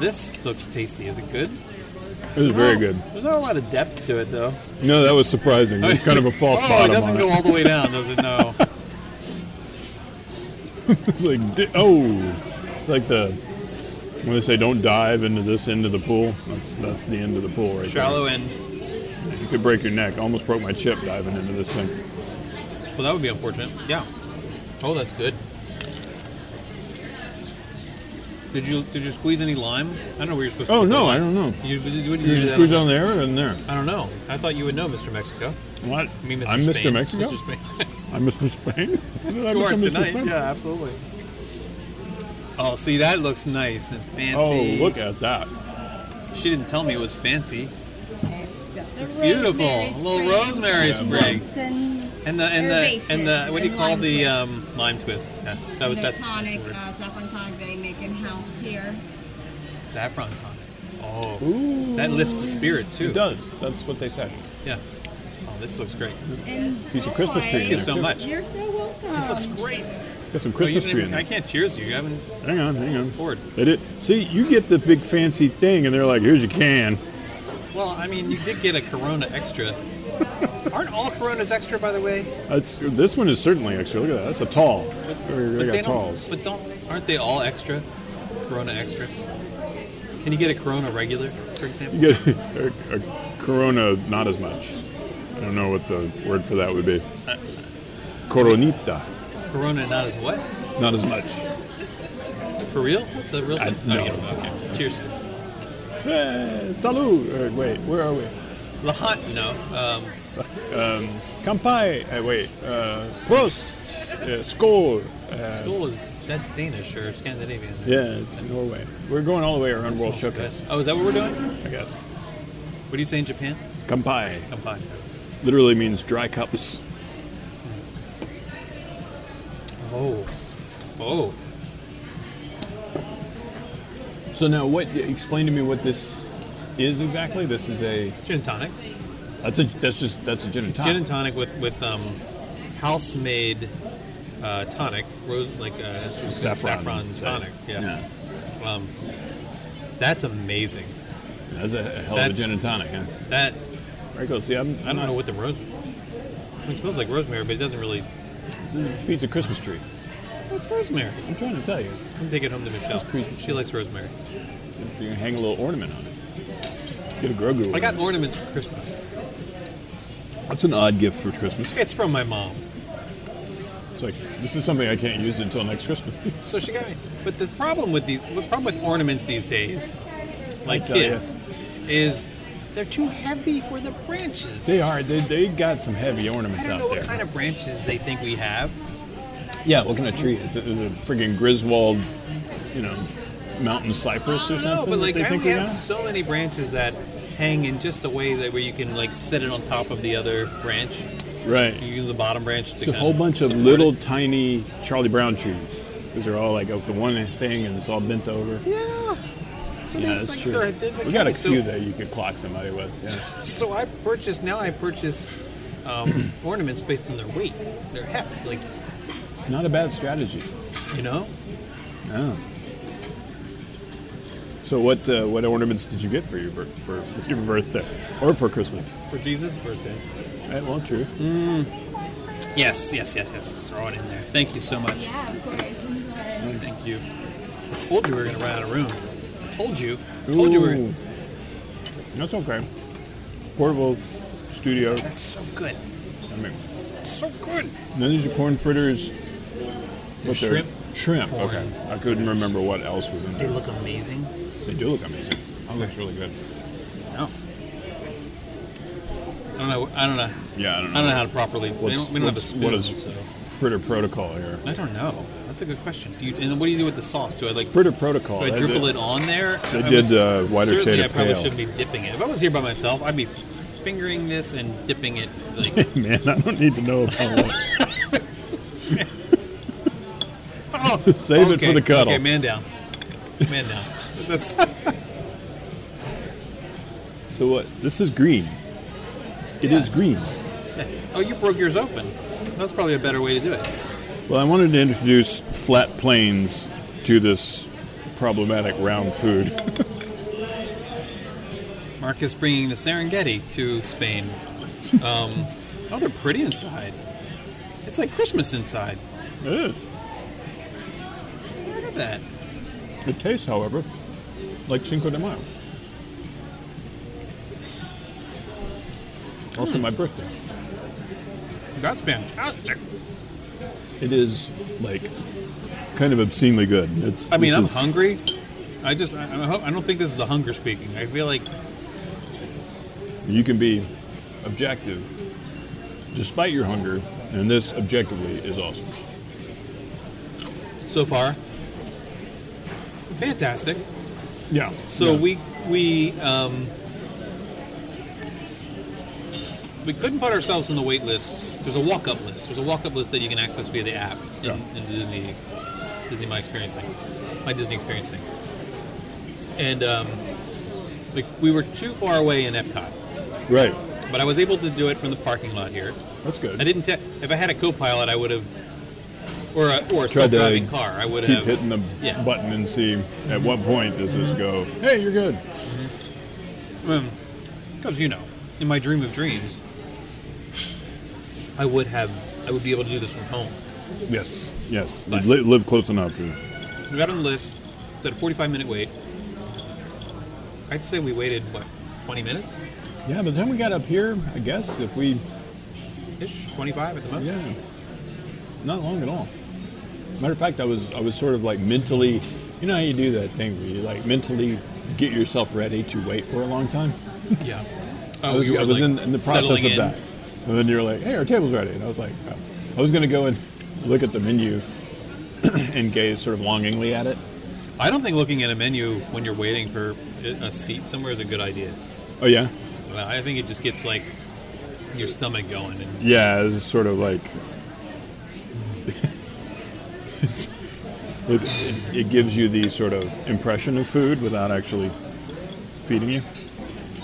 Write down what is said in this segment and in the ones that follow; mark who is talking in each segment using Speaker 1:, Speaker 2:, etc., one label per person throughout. Speaker 1: This looks tasty. Is it good?
Speaker 2: It was very good.
Speaker 1: There's not a lot of depth to it, though.
Speaker 2: No, that was surprising. It was kind of a false
Speaker 1: oh,
Speaker 2: bottom
Speaker 1: it doesn't
Speaker 2: on
Speaker 1: go
Speaker 2: it.
Speaker 1: all the way down, does it? No.
Speaker 2: It's like, di- oh, it's like the when they say don't dive into this end of the pool. That's that's the end of the pool right
Speaker 1: Shallow end.
Speaker 2: there. You could break your neck. I almost broke my chip diving into this thing.
Speaker 1: Well, that would be unfortunate. Yeah. Oh, that's good. Did you did you squeeze any lime? I don't know where you're supposed to.
Speaker 2: Oh
Speaker 1: put the
Speaker 2: no, I
Speaker 1: lime.
Speaker 2: don't know.
Speaker 1: You, what do you
Speaker 2: You
Speaker 1: do
Speaker 2: just
Speaker 1: to that
Speaker 2: squeeze it
Speaker 1: lime?
Speaker 2: on there and there.
Speaker 1: I don't know. I thought you would know, Mr. Mexico.
Speaker 2: What?
Speaker 1: I mean, Mr.
Speaker 2: I'm
Speaker 1: Spain.
Speaker 2: Mr. Mexico.
Speaker 1: Mr. Spain.
Speaker 2: I'm Mr. Spain. How did I
Speaker 1: you are
Speaker 2: become Mr.
Speaker 1: tonight.
Speaker 2: Spain?
Speaker 1: Yeah, absolutely. Oh, see, that looks nice and
Speaker 2: Oh,
Speaker 1: fancy.
Speaker 2: look at that.
Speaker 1: She didn't tell me it was fancy.
Speaker 3: It's
Speaker 1: Beautiful. A little rosemary
Speaker 2: Yeah.
Speaker 1: sprig.
Speaker 3: And
Speaker 1: And the and the and the
Speaker 3: Herbaceous
Speaker 1: what do you
Speaker 3: and
Speaker 1: call
Speaker 3: lime
Speaker 1: the
Speaker 3: twist.
Speaker 1: um, lime twist? Yeah, that was
Speaker 3: the
Speaker 1: that's,
Speaker 3: tonic,
Speaker 1: that's a word.
Speaker 3: uh, saffron tonic they make in house here. uh,
Speaker 1: saffron tonic. Oh,
Speaker 2: Ooh.
Speaker 1: that lifts the spirit too.
Speaker 2: It does. That's what they said.
Speaker 1: Yeah. Oh, this looks great.
Speaker 3: And
Speaker 2: Sees a Christmas tree in
Speaker 1: Thank you
Speaker 2: there,
Speaker 1: so
Speaker 2: too.
Speaker 1: much.
Speaker 3: You're so welcome.
Speaker 1: This looks great. Oh,
Speaker 2: Got some
Speaker 1: you
Speaker 2: Christmas
Speaker 1: didn't
Speaker 2: tree in
Speaker 1: even- I
Speaker 2: there.
Speaker 1: can't cheers you. You haven't
Speaker 2: Hang on, hang on.
Speaker 1: poured.
Speaker 2: They did. See, you get the big fancy thing, and they're like, "Here's your can."
Speaker 1: Well, I mean, you did get a Corona extra. Aren't all Coronas extra, by the way?
Speaker 2: That's this one is certainly extra. Look at that. That's a tall. They got talls.
Speaker 1: don't. But don't. Aren't they all extra? Corona extra. Can you get a Corona regular, for example?
Speaker 2: You get a, a Corona, not as much. I don't know what the word for that would be. Coronita,
Speaker 1: Corona not as what?
Speaker 2: not as much.
Speaker 1: For real? That's a real
Speaker 2: I-
Speaker 1: thing.
Speaker 2: no,
Speaker 1: you don't.
Speaker 2: it's
Speaker 1: okay. Cheers.
Speaker 2: Eh, salud. Or, wait, where are we?
Speaker 1: La hot no. Um,
Speaker 2: Kampai. eh, wait. Uh, prost. Uh, skål. Uh,
Speaker 1: school is that's Danish or Scandinavian.
Speaker 2: yeah, it's Norway. We're going all the Uh, way around World
Speaker 1: Smells good.
Speaker 2: Showcase,
Speaker 1: Oh, is that what we're doing?
Speaker 2: I guess.
Speaker 1: What do you say in Japan?
Speaker 2: Kampai
Speaker 1: Kampai.
Speaker 2: literally means dry cups.
Speaker 1: Oh. Oh.
Speaker 2: So now, what? Explain to me what this is exactly. This is a
Speaker 1: Gin and tonic.
Speaker 2: that's a that's just that's a gin and tonic.
Speaker 1: Gin and tonic with with um, house made uh, tonic, rose like uh, that's just saffron, tonic. Yeah. Um, that's amazing.
Speaker 2: That's a hell
Speaker 1: That's-
Speaker 2: of a gin and tonic, huh?
Speaker 1: That
Speaker 2: Right, go. See, I'm,
Speaker 1: I don't know what the rose. I mean, it smells like rosemary, but it doesn't really.
Speaker 2: This is a piece of Christmas tree.
Speaker 1: What's rosemary?
Speaker 2: I'm trying to tell you.
Speaker 1: I'm gonna take it home to Michelle.
Speaker 2: It's creepy.
Speaker 1: She likes rosemary.
Speaker 2: You can hang a little ornament on it. Get a Grogu.
Speaker 1: I got
Speaker 2: ornament.
Speaker 1: ornaments for Christmas.
Speaker 2: That's an odd gift for Christmas.
Speaker 1: It's from my mom,
Speaker 2: It's like this is something I can't use until next Christmas.
Speaker 1: so she got me. But the problem with these, the problem with ornaments these days, like
Speaker 2: tell ya.
Speaker 1: kids, is they're too heavy for the branches.
Speaker 2: they are. They, they got some heavy
Speaker 1: I
Speaker 2: ornaments
Speaker 1: don't know
Speaker 2: out
Speaker 1: what
Speaker 2: there.
Speaker 1: kind of branches they think we have.
Speaker 2: yeah, what kind of tree? Is it, is it a friggin' Griswold, you know, mountain cypress or
Speaker 1: I don't know,
Speaker 2: something?
Speaker 1: but like
Speaker 2: that they
Speaker 1: I
Speaker 2: think we
Speaker 1: have
Speaker 2: got?
Speaker 1: so many branches that hang in just a way that where you can like set it on top of the other branch.
Speaker 2: Right.
Speaker 1: You use the bottom branch to
Speaker 2: It's a
Speaker 1: kinda
Speaker 2: whole bunch of
Speaker 1: support
Speaker 2: little
Speaker 1: it.
Speaker 2: tiny Charlie Brown trees. These are all like up to one thing and it's all bent over.
Speaker 1: Yeah. So
Speaker 2: Yeah,
Speaker 1: these,
Speaker 2: that's
Speaker 1: like,
Speaker 2: true.
Speaker 1: they're- they're- they're
Speaker 2: We got a
Speaker 1: kinda so-
Speaker 2: few that you could clock somebody with. Yeah.
Speaker 1: So I purchase now. I purchase um, ornaments based on their weight, their heft. Like
Speaker 2: It's not a bad strategy.
Speaker 1: you know,
Speaker 2: No. So what uh, what ornaments did you get for your bir- for your birthday or for Christmas?
Speaker 1: for Jesus' birthday.
Speaker 2: Eh, well, true.
Speaker 1: Yes, yes, yes, yes. Just throw it in there. Thank you so much.
Speaker 3: Yeah, of course. Enjoy.
Speaker 1: Thank you. I told you we were gonna run out of room. I told you. I told you we were.
Speaker 2: Ooh. That's okay. Portable studio.
Speaker 1: That's so good.
Speaker 2: I mean,
Speaker 1: That's so good.
Speaker 2: And then there's your corn fritters. What they're-
Speaker 1: shrimp,
Speaker 2: Shrimp.
Speaker 1: corn.
Speaker 2: Okay. I couldn't remember what else was in
Speaker 1: They
Speaker 2: there.
Speaker 1: look amazing.
Speaker 2: They do look amazing. That looks really good.
Speaker 1: No. I don't know. I don't know.
Speaker 2: Yeah, I don't
Speaker 1: I
Speaker 2: know.
Speaker 1: don't know how to properly. We
Speaker 2: What's-
Speaker 1: don't, we don't have a
Speaker 2: what's-
Speaker 1: spoon.
Speaker 2: What is
Speaker 1: so.
Speaker 2: fritter protocol here?
Speaker 1: I don't know. That's a good question. Do you, and then what do you do with the sauce? Do I like
Speaker 2: Fritter protocol.
Speaker 1: Do I
Speaker 2: that's
Speaker 1: dribble
Speaker 2: it.
Speaker 1: it on there?
Speaker 2: They
Speaker 1: I
Speaker 2: did,
Speaker 1: was-
Speaker 2: uh, whiter shade
Speaker 1: certainly
Speaker 2: of
Speaker 1: I probably
Speaker 2: pale.
Speaker 1: shouldn't be dipping it. If I was here by myself, I'd be fingering this and dipping it. Like,
Speaker 2: Man, I don't need to know about that.
Speaker 1: oh,
Speaker 2: Save it for the cuddle.
Speaker 1: Okay, man down, man down. That's
Speaker 2: So what? This is green. It is
Speaker 1: Yeah.
Speaker 2: green.
Speaker 1: oh, you broke yours open. That's probably a better way to do it.
Speaker 2: Well, I wanted to introduce flat plains to this problematic round food.
Speaker 1: Marcus bringing the Serengeti to Spain. Um, oh, they're pretty inside. It's like Christmas inside.
Speaker 2: It is.
Speaker 1: Look at that.
Speaker 2: It tastes, however, like Cinco de Mayo. Also, my birthday.
Speaker 1: That's fantastic.
Speaker 2: It is like kind of obscenely good. It's.
Speaker 1: I mean,
Speaker 2: this
Speaker 1: I'm
Speaker 2: is-
Speaker 1: hungry. I just, I, I hope- I don't think this is the hunger speaking. I feel like,
Speaker 2: You can be objective despite your hunger, and this objectively is awesome.
Speaker 1: so far, fantastic.
Speaker 2: Yeah.
Speaker 1: So
Speaker 2: Yeah.
Speaker 1: we we um, we couldn't put ourselves on the wait list. There's a walk up list. There's a walk up list that you can access via the app in,
Speaker 2: Yeah.
Speaker 1: in the Disney Disney My Experience thing, My Disney Experience thing. And um, we, we were too far away in Epcot,
Speaker 2: Right.
Speaker 1: but I was able to do it from the parking lot here.
Speaker 2: That's good.
Speaker 1: I didn't. Te- if I had a co-pilot, I would have, or a, or a
Speaker 2: Tried to
Speaker 1: self-driving car, I would
Speaker 2: Keep
Speaker 1: have.
Speaker 2: hitting the
Speaker 1: Yeah.
Speaker 2: button and see at what point does this go. Hey, you're good.
Speaker 1: Because you know, in my dream of dreams, I would have, I would be able to do this from home.
Speaker 2: Yes. Yes.
Speaker 1: But-
Speaker 2: Li- live close enough to.
Speaker 1: We got on the list. It's at a 45 minute wait. I'd say we waited what, 20 minutes
Speaker 2: Yeah, but then we got up here. I guess if we,
Speaker 1: ish, 25 at the most.
Speaker 2: yeah, not long at all. Matter of fact, I was I was sort of like mentally, you know how you do that thing where you like mentally get yourself ready to wait for a long time.
Speaker 1: Yeah.
Speaker 2: I
Speaker 1: Oh,
Speaker 2: was,
Speaker 1: you were,
Speaker 2: I was
Speaker 1: like,
Speaker 2: in, in the process
Speaker 1: settling
Speaker 2: of
Speaker 1: in.
Speaker 2: that. And then you were like, hey, our table's ready. And I was like, oh. I was going to go and look at the menu and gaze sort of longingly at it.
Speaker 1: I don't think looking at a menu when you're waiting for a a seat somewhere is a good idea.
Speaker 2: Oh, yeah?
Speaker 1: I think it just gets like your stomach going. And
Speaker 2: Yeah, it's sort of like. it's, it, it, it gives you the sort of impression of food without actually feeding you.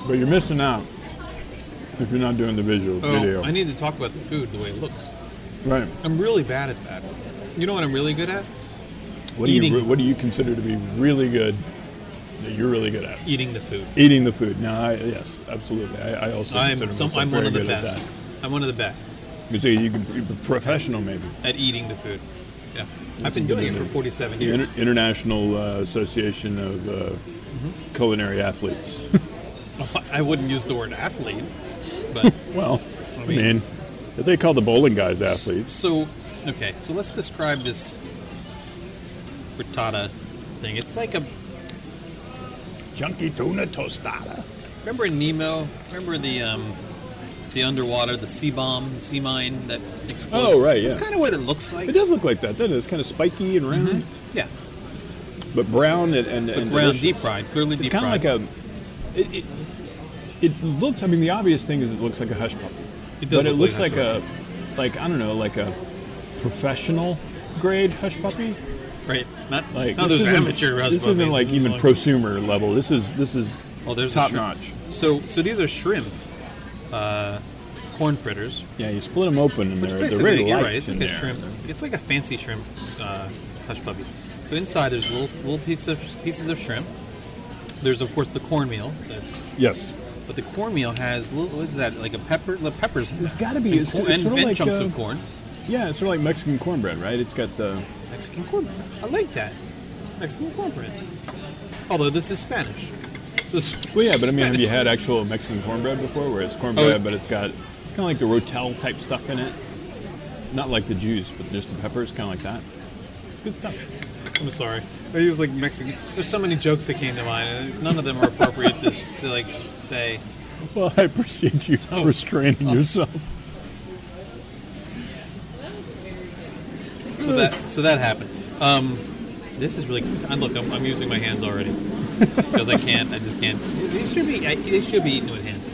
Speaker 2: But you're missing out if you're not doing the visual
Speaker 1: oh,
Speaker 2: video.
Speaker 1: I need to talk about the food the way it looks.
Speaker 2: right.
Speaker 1: I'm really bad at that. You know what I'm really good at?
Speaker 2: What do, you,
Speaker 1: Eating.
Speaker 2: re- what do you consider to be really good that you're really good at?
Speaker 1: Eating the food.
Speaker 2: Eating the food. No, I, yes, absolutely. I, I also
Speaker 1: I'm
Speaker 2: consider
Speaker 1: some,
Speaker 2: myself
Speaker 1: I'm
Speaker 2: very
Speaker 1: one of the
Speaker 2: good at
Speaker 1: best. I'm one of the best
Speaker 2: that. You see, you can you're a professional maybe.
Speaker 1: at eating the food. Yeah, I've been doing it for 47
Speaker 2: The
Speaker 1: years.
Speaker 2: Inter- International uh, Association of uh, Culinary Athletes.
Speaker 1: I wouldn't use the word athlete, but
Speaker 2: well, I
Speaker 1: mean-
Speaker 2: mean, if they call the bowling guys athletes.
Speaker 1: so okay. So let's describe this frittata thing. It's like a
Speaker 2: Chunky tuna tostada.
Speaker 1: remember in Nemo. Remember the um, the underwater, the sea bomb, sea mine that exploded.
Speaker 2: Oh, right, yeah.
Speaker 1: That's kind of what it looks like.
Speaker 2: It does look like that, doesn't it? It's kind of spiky and round,
Speaker 1: Yeah,
Speaker 2: but brown and,
Speaker 1: Mm-hmm.
Speaker 2: and,
Speaker 1: but
Speaker 2: and
Speaker 1: brown,
Speaker 2: delicious.
Speaker 1: deep fried, clearly
Speaker 2: It's
Speaker 1: deep
Speaker 2: kind of
Speaker 1: fried.
Speaker 2: like a. It, it, it looks. I mean, the obvious thing is it looks like a hush puppy.
Speaker 1: It does
Speaker 2: but it
Speaker 1: look
Speaker 2: looks
Speaker 1: like
Speaker 2: like
Speaker 1: a
Speaker 2: a, like I don't know, like a professional grade hush puppy.
Speaker 1: right, not
Speaker 2: Like
Speaker 1: not
Speaker 2: this
Speaker 1: those
Speaker 2: isn't,
Speaker 1: amateur.
Speaker 2: This
Speaker 1: raspberries.
Speaker 2: isn't like
Speaker 1: This is
Speaker 2: even prosumer level. This is this is
Speaker 1: Oh, there's the
Speaker 2: top
Speaker 1: shrimp.
Speaker 2: notch.
Speaker 1: So, so these are shrimp uh, corn fritters,
Speaker 2: Yeah, you split them open and
Speaker 1: which
Speaker 2: they're, they're
Speaker 1: basically,
Speaker 2: really
Speaker 1: you're
Speaker 2: light
Speaker 1: right, it's
Speaker 2: in
Speaker 1: like a
Speaker 2: there.
Speaker 1: shrimp. It's like a fancy shrimp uh, hush puppy. So inside there's little little pieces of, pieces of shrimp. There's of course the cornmeal. That's
Speaker 2: Yes.
Speaker 1: but the cornmeal has little what's that like a pepper? Little peppers. In
Speaker 2: It's
Speaker 1: that.
Speaker 2: gotta be-
Speaker 1: and,
Speaker 2: it's-
Speaker 1: corn-
Speaker 2: it's
Speaker 1: and,
Speaker 2: sorta
Speaker 1: and
Speaker 2: like,
Speaker 1: chunks
Speaker 2: uh,
Speaker 1: of corn.
Speaker 2: Yeah, it's sort of like Mexican cornbread, right? It's got the
Speaker 1: Mexican cornbread. I like that. Mexican cornbread. Although this is Spanish. So it's-
Speaker 2: well, yeah, but I mean, have you had actual Mexican cornbread before, where it's
Speaker 1: Oh,
Speaker 2: cornbread, but it's got kind of like the rotel type stuff in it? Not like the juice, but just the peppers, kind of like that. It's good stuff.
Speaker 1: I'm sorry. I use like Mexican. There's so many jokes that came to mind, and none of them are appropriate to, to like say.
Speaker 2: Well, I appreciate you
Speaker 1: So-
Speaker 2: restraining yourself.
Speaker 1: So that so that happened. Um, this is really. I look. I'm, I'm using my hands already because I can't. I just can't. These should be. I, they should be eaten with hands.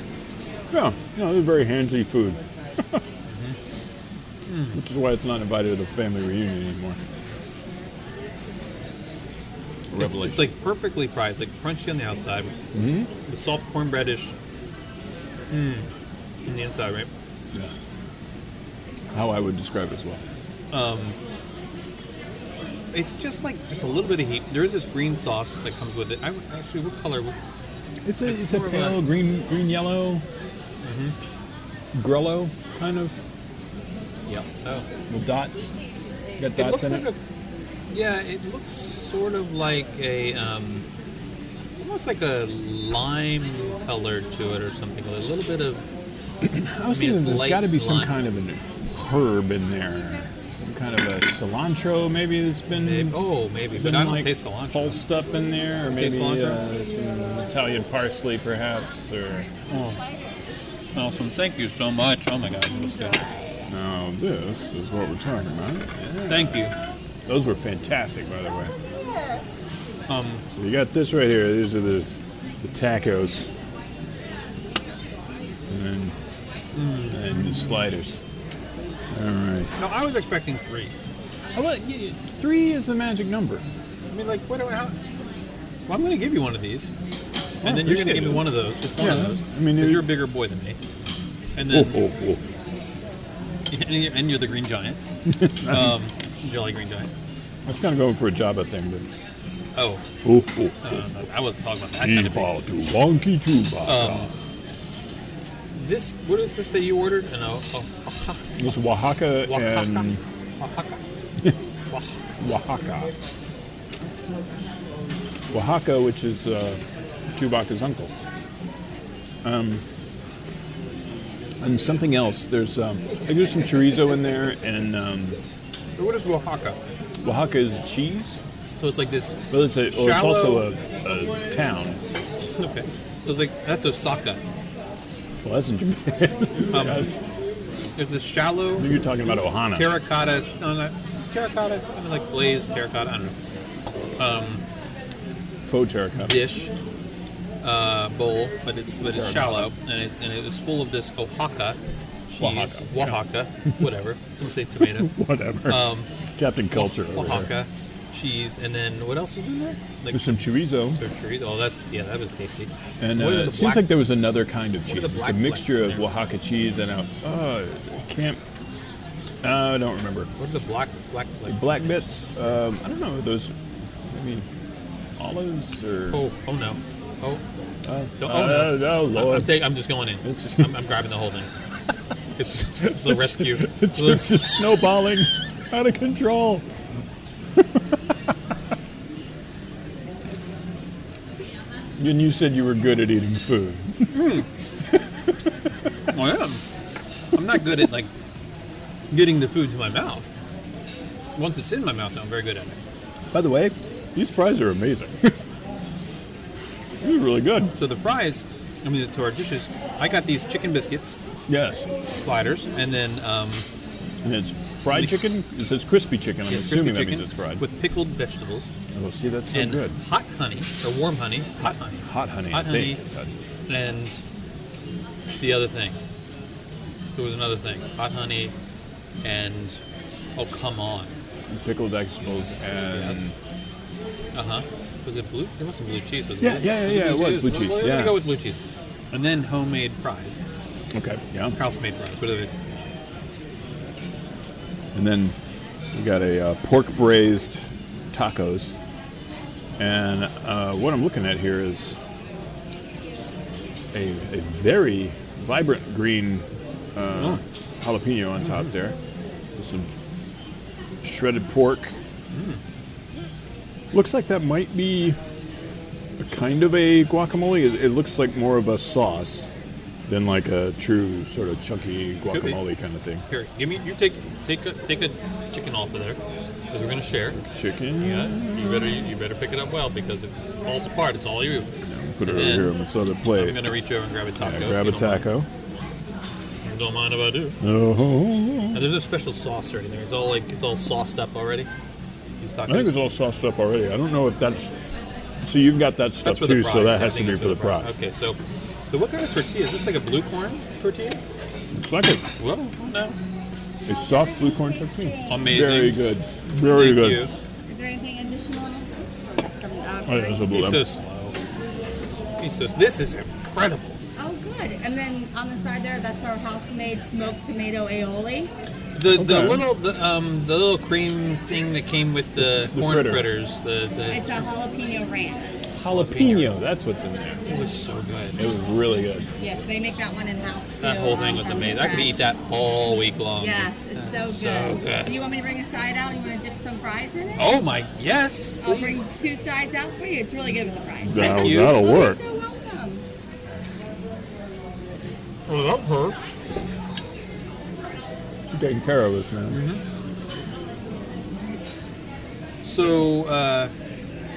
Speaker 2: Yeah, no, it's very handsy food. Which is why it's not invited to the family reunion anymore.
Speaker 1: It's, it's like perfectly fried, like crunchy on the outside, mm-hmm. the soft cornbreadish. Mmm. In the inside, right?
Speaker 2: Yeah. How I would describe it as well.
Speaker 1: It's just like just a little bit of heat. There is this green sauce that comes with it. I, actually, what color?
Speaker 2: It's a
Speaker 1: It's
Speaker 2: it's, a
Speaker 1: more of a-
Speaker 2: pale green green yellow, Mm-hmm. grello kind of
Speaker 1: Yep. Oh.
Speaker 2: with dots. You got
Speaker 1: It
Speaker 2: dots
Speaker 1: looks
Speaker 2: in
Speaker 1: like
Speaker 2: it.
Speaker 1: a. Yeah, it looks sort of like a. Um, almost like a lime color to it or something. A little bit of.
Speaker 2: I was
Speaker 1: I mean, it's
Speaker 2: thinking there's
Speaker 1: light
Speaker 2: got to be some
Speaker 1: lime.
Speaker 2: kind of an herb in there, some kind of a cilantro maybe that's been.
Speaker 1: Maybe, oh, maybe, but
Speaker 2: been,
Speaker 1: I don't
Speaker 2: Hmm. like,
Speaker 1: taste cilantro.
Speaker 2: Pulsed up in there, or
Speaker 1: Taste
Speaker 2: maybe
Speaker 1: cilantro?
Speaker 2: uh, some Italian parsley, perhaps, or
Speaker 1: Awesome. Thank you so much. Oh my God. Let's go.
Speaker 2: Now um, this is what we're talking about.
Speaker 1: Thank you.
Speaker 2: Those were fantastic, by the way.
Speaker 1: Um,
Speaker 2: so you got this right here. These are the, the tacos, and then and the sliders. All right.
Speaker 1: No, I was expecting three.
Speaker 2: Oh, look, y- y- three is the magic number.
Speaker 1: I mean, like, what do I? How, well, I'm going to give you one of these,
Speaker 2: I
Speaker 1: and then you're going to
Speaker 2: Oh, appreciate
Speaker 1: give me
Speaker 2: it.
Speaker 1: one of those, just one
Speaker 2: Yeah,
Speaker 1: of those.
Speaker 2: I mean,
Speaker 1: because
Speaker 2: it-
Speaker 1: you're a bigger boy than me, and then
Speaker 2: oh, oh.
Speaker 1: and, you're, and you're the green giant, um, jolly green giant.
Speaker 2: I was kind of going for a Java thing, but
Speaker 1: Oh,
Speaker 2: oh, oh, oh.
Speaker 1: uh, I wasn't talking about that kind of thing.
Speaker 2: Iba to wonky chuba.
Speaker 1: Um, This, what is this that you ordered? An oh, oh,
Speaker 2: It was Oaxaca and
Speaker 1: Oaxaca? Oaxaca.
Speaker 2: Oaxaca. Oaxaca, which is uh, Chewbacca's uncle. Um, and something else. There's um, I think there's some chorizo in there, and um,
Speaker 1: What is Oaxaca?
Speaker 2: Oaxaca is a cheese.
Speaker 1: So it's like this.
Speaker 2: Well, it's, a, well, it's
Speaker 1: Shallow.
Speaker 2: also a, a town.
Speaker 1: Okay, so it's like that's Osaka.
Speaker 2: Well, that's in Japan.
Speaker 1: Um,
Speaker 2: That's- I
Speaker 1: There's this shallow
Speaker 2: think you're talking about Ohana.
Speaker 1: terracotta. No, not, it's terracotta. I mean, like glazed terracotta. I don't know.
Speaker 2: Faux terracotta.
Speaker 1: dish uh, bowl, but it's but it's shallow, and it, and it was full of this Oaxaca cheese,
Speaker 2: Oaxaca,
Speaker 1: Oaxaca, whatever. Some say tomato,
Speaker 2: Whatever.
Speaker 1: um,
Speaker 2: Captain Culture. over here.
Speaker 1: Oaxaca cheese, and then what else was in there? Like
Speaker 2: There's some chorizo.
Speaker 1: so chorizo. Oh, that's yeah, that was tasty.
Speaker 2: And uh,
Speaker 1: What are the
Speaker 2: it seems
Speaker 1: black-
Speaker 2: like there was another kind of cheese.
Speaker 1: are the
Speaker 2: It's a
Speaker 1: black
Speaker 2: mixture
Speaker 1: ones
Speaker 2: of
Speaker 1: there?
Speaker 2: Oaxaca cheese and a uh, can't. Uh, I don't remember.
Speaker 1: What are the black black flakes?
Speaker 2: Black bits. Um, I don't know those. I mean, olives or.
Speaker 1: Oh oh no, oh don't- oh,
Speaker 2: Uh, no,
Speaker 1: I'm, I'm,
Speaker 2: Lord.
Speaker 1: take, I'm just going in.
Speaker 2: It's-
Speaker 1: I'm, I'm grabbing the whole thing. It's, it's the rescue.
Speaker 2: It's just is snowballing out of control. and you said you were good at eating food.
Speaker 1: I am. I'm not good at like getting the food to my mouth. Once it's in my mouth, I'm very good at it.
Speaker 2: By the way, these fries are amazing. these are really good.
Speaker 1: So the fries, I mean, so our dishes. I got these chicken biscuits,
Speaker 2: Yes.
Speaker 1: sliders, and then um,
Speaker 2: And it's fried chicken. It says crispy chicken. I'm
Speaker 1: yeah,
Speaker 2: assuming
Speaker 1: crispy
Speaker 2: that means
Speaker 1: chicken
Speaker 2: it's fried.
Speaker 1: with pickled vegetables
Speaker 2: oh, see, that's so
Speaker 1: and
Speaker 2: good.
Speaker 1: hot honey or warm honey, hot honey,
Speaker 2: Hot honey,
Speaker 1: hot
Speaker 2: I think.
Speaker 1: honey,
Speaker 2: is that-
Speaker 1: and the other thing. There was another thing, hot honey, and oh come on,
Speaker 2: Pickled vegetables and
Speaker 1: Yes. Uh huh. Was it blue? It wasn't blue cheese. Was it
Speaker 2: Yeah,
Speaker 1: blue,
Speaker 2: yeah, yeah, yeah, it was blue cheese,
Speaker 1: Well,
Speaker 2: yeah.
Speaker 1: Let me go with blue cheese. And then homemade fries,
Speaker 2: okay, yeah.
Speaker 1: house-made fries. uh, What are they?
Speaker 2: And then we got a uh, pork braised tacos. And uh, what I'm looking at here is a, a very vibrant green uh,
Speaker 1: Oh,
Speaker 2: jalapeno on top there. With some shredded pork.
Speaker 1: Mm.
Speaker 2: Looks like that might be a kind of a guacamole. It, it looks like more of a sauce than like a true sort of chunky
Speaker 1: be.
Speaker 2: guacamole kind of thing.
Speaker 1: here, give me. You take take a take a chicken off of there, because we're gonna share.
Speaker 2: Chicken.
Speaker 1: Yeah. You better you better pick it up well, because if it falls apart, it's all you.
Speaker 2: Put
Speaker 1: And
Speaker 2: it over
Speaker 1: then
Speaker 2: here on this other
Speaker 1: I'm
Speaker 2: plate.
Speaker 1: gonna reach over and grab a taco.
Speaker 2: Yeah,
Speaker 1: if
Speaker 2: grab
Speaker 1: you
Speaker 2: a
Speaker 1: don't mind.
Speaker 2: taco.
Speaker 1: Don't mind if I do.
Speaker 2: Mm-hmm. Oh.
Speaker 1: Now, there's no special sauce or anything. It's all like it's all sauced up already. These tacos.
Speaker 2: I think it's all sauced up already. I don't know if that's. So you've got that
Speaker 1: That's
Speaker 2: stuff
Speaker 1: for the
Speaker 2: too,
Speaker 1: fries.
Speaker 2: so that
Speaker 1: I
Speaker 2: has to
Speaker 1: think
Speaker 2: be
Speaker 1: it's
Speaker 2: for the fries.
Speaker 1: Okay, so so what kind of tortilla is this? Like a blue corn tortilla?
Speaker 2: It's like a,
Speaker 1: Well, no.
Speaker 2: a soft blue corn tortilla.
Speaker 1: Amazing.
Speaker 2: Very good.
Speaker 1: Thank
Speaker 2: Very good.
Speaker 1: you.
Speaker 3: Is there anything additional? Some, uh,
Speaker 2: Oh, yeah, there's a blue
Speaker 1: He's so
Speaker 2: lemon.
Speaker 1: slow. He's so. This is incredible.
Speaker 3: Oh, good. And then on the side there, that's our house-made smoked tomato aioli.
Speaker 1: The the
Speaker 2: Okay.
Speaker 1: little the, um the little cream thing that came with the,
Speaker 2: The
Speaker 1: corn
Speaker 2: fritters.
Speaker 1: fritters. The, the
Speaker 3: It's a jalapeno ranch.
Speaker 2: jalapeno. That's what's in there.
Speaker 1: It was so good.
Speaker 2: It was really good.
Speaker 3: Yes, they make that one Um, in house.
Speaker 1: That whole thing was amazing. I could eat that all week long.
Speaker 3: Yes, it's
Speaker 1: That's
Speaker 3: so good.
Speaker 1: So good.
Speaker 3: Do you want me to bring a side out? You want to dip some fries in it?
Speaker 1: Oh my, yes.
Speaker 2: Oh,
Speaker 3: I'll bring two sides out for you. It's really good with the fries.
Speaker 2: That'll,
Speaker 1: you.
Speaker 2: that'll
Speaker 3: Oh,
Speaker 2: work.
Speaker 3: You're so welcome.
Speaker 1: I love her.
Speaker 2: You're taking care of us, man.
Speaker 1: So, uh,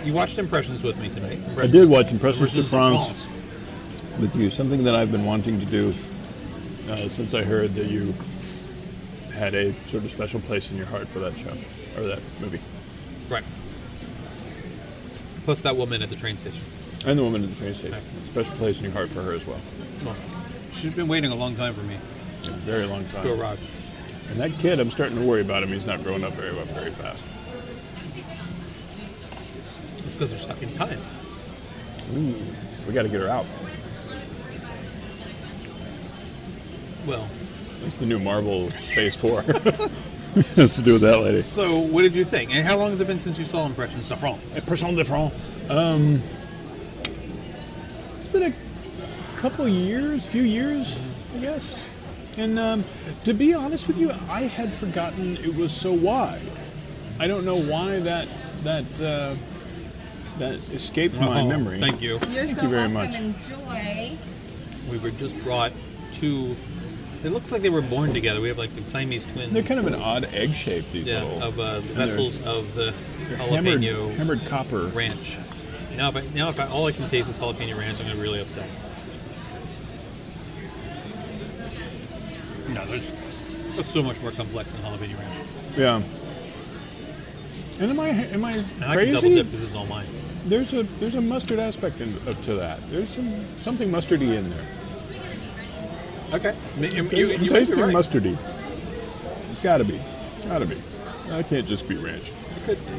Speaker 1: you watched Impressions with me tonight.
Speaker 2: I
Speaker 1: Impressions-
Speaker 2: did watch Impressions de
Speaker 1: Impressions
Speaker 2: France
Speaker 1: of France.
Speaker 2: with you. Something that I've been wanting to do uh, since I heard that you had a sort of special place in your heart for that show or that movie.
Speaker 1: Right. Plus that woman at the train station.
Speaker 2: And the woman at the train station. Special place in your heart for her as well.
Speaker 1: She's been waiting a long time for me.
Speaker 2: A very long time.
Speaker 1: Go rock.
Speaker 2: And that kid, I'm starting to worry about him. He's not growing up very well, very fast.
Speaker 1: It's because they're stuck in time.
Speaker 2: We got to get her out.
Speaker 1: Well.
Speaker 2: It's the new Marvel Phase Four. Has to do with that lady.
Speaker 1: So, what did you think? And how long has it been since you saw Impressions of France?
Speaker 2: Impression de France. Um, it's been a couple years, few years, I guess. And um, to be honest with you, I had forgotten it was so wide. I don't know why that that uh, that escaped my
Speaker 1: Oh,
Speaker 2: memory.
Speaker 1: Thank you.
Speaker 3: You're
Speaker 2: Thank
Speaker 3: so
Speaker 2: you very
Speaker 3: welcome.
Speaker 2: much.
Speaker 3: Enjoy.
Speaker 1: We were just brought two. It looks like they were born together. We have like the Siamese twins.
Speaker 2: They're kind of an odd egg shape. These
Speaker 1: yeah,
Speaker 2: little
Speaker 1: of uh, the
Speaker 2: they're-
Speaker 1: vessels of the
Speaker 2: they're hammered,
Speaker 1: jalapeno
Speaker 2: hammered copper.
Speaker 1: ranch. Now, if I, now if I, all I can taste is jalapeno ranch, I'm gonna be really upset. No, there's, there's so much more complex than jalapeno ranch.
Speaker 2: Yeah. And am I am I
Speaker 1: And I can double
Speaker 2: crazy?
Speaker 1: dip. This is all mine.
Speaker 2: There's a there's a mustard aspect in, up to that. There's some something mustardy in there.
Speaker 1: Okay. You,
Speaker 2: I'm
Speaker 1: you, you might be
Speaker 2: tasting
Speaker 1: right.
Speaker 2: mustardy. It's got to be, got to be. I can't just be ranch.
Speaker 1: It could be.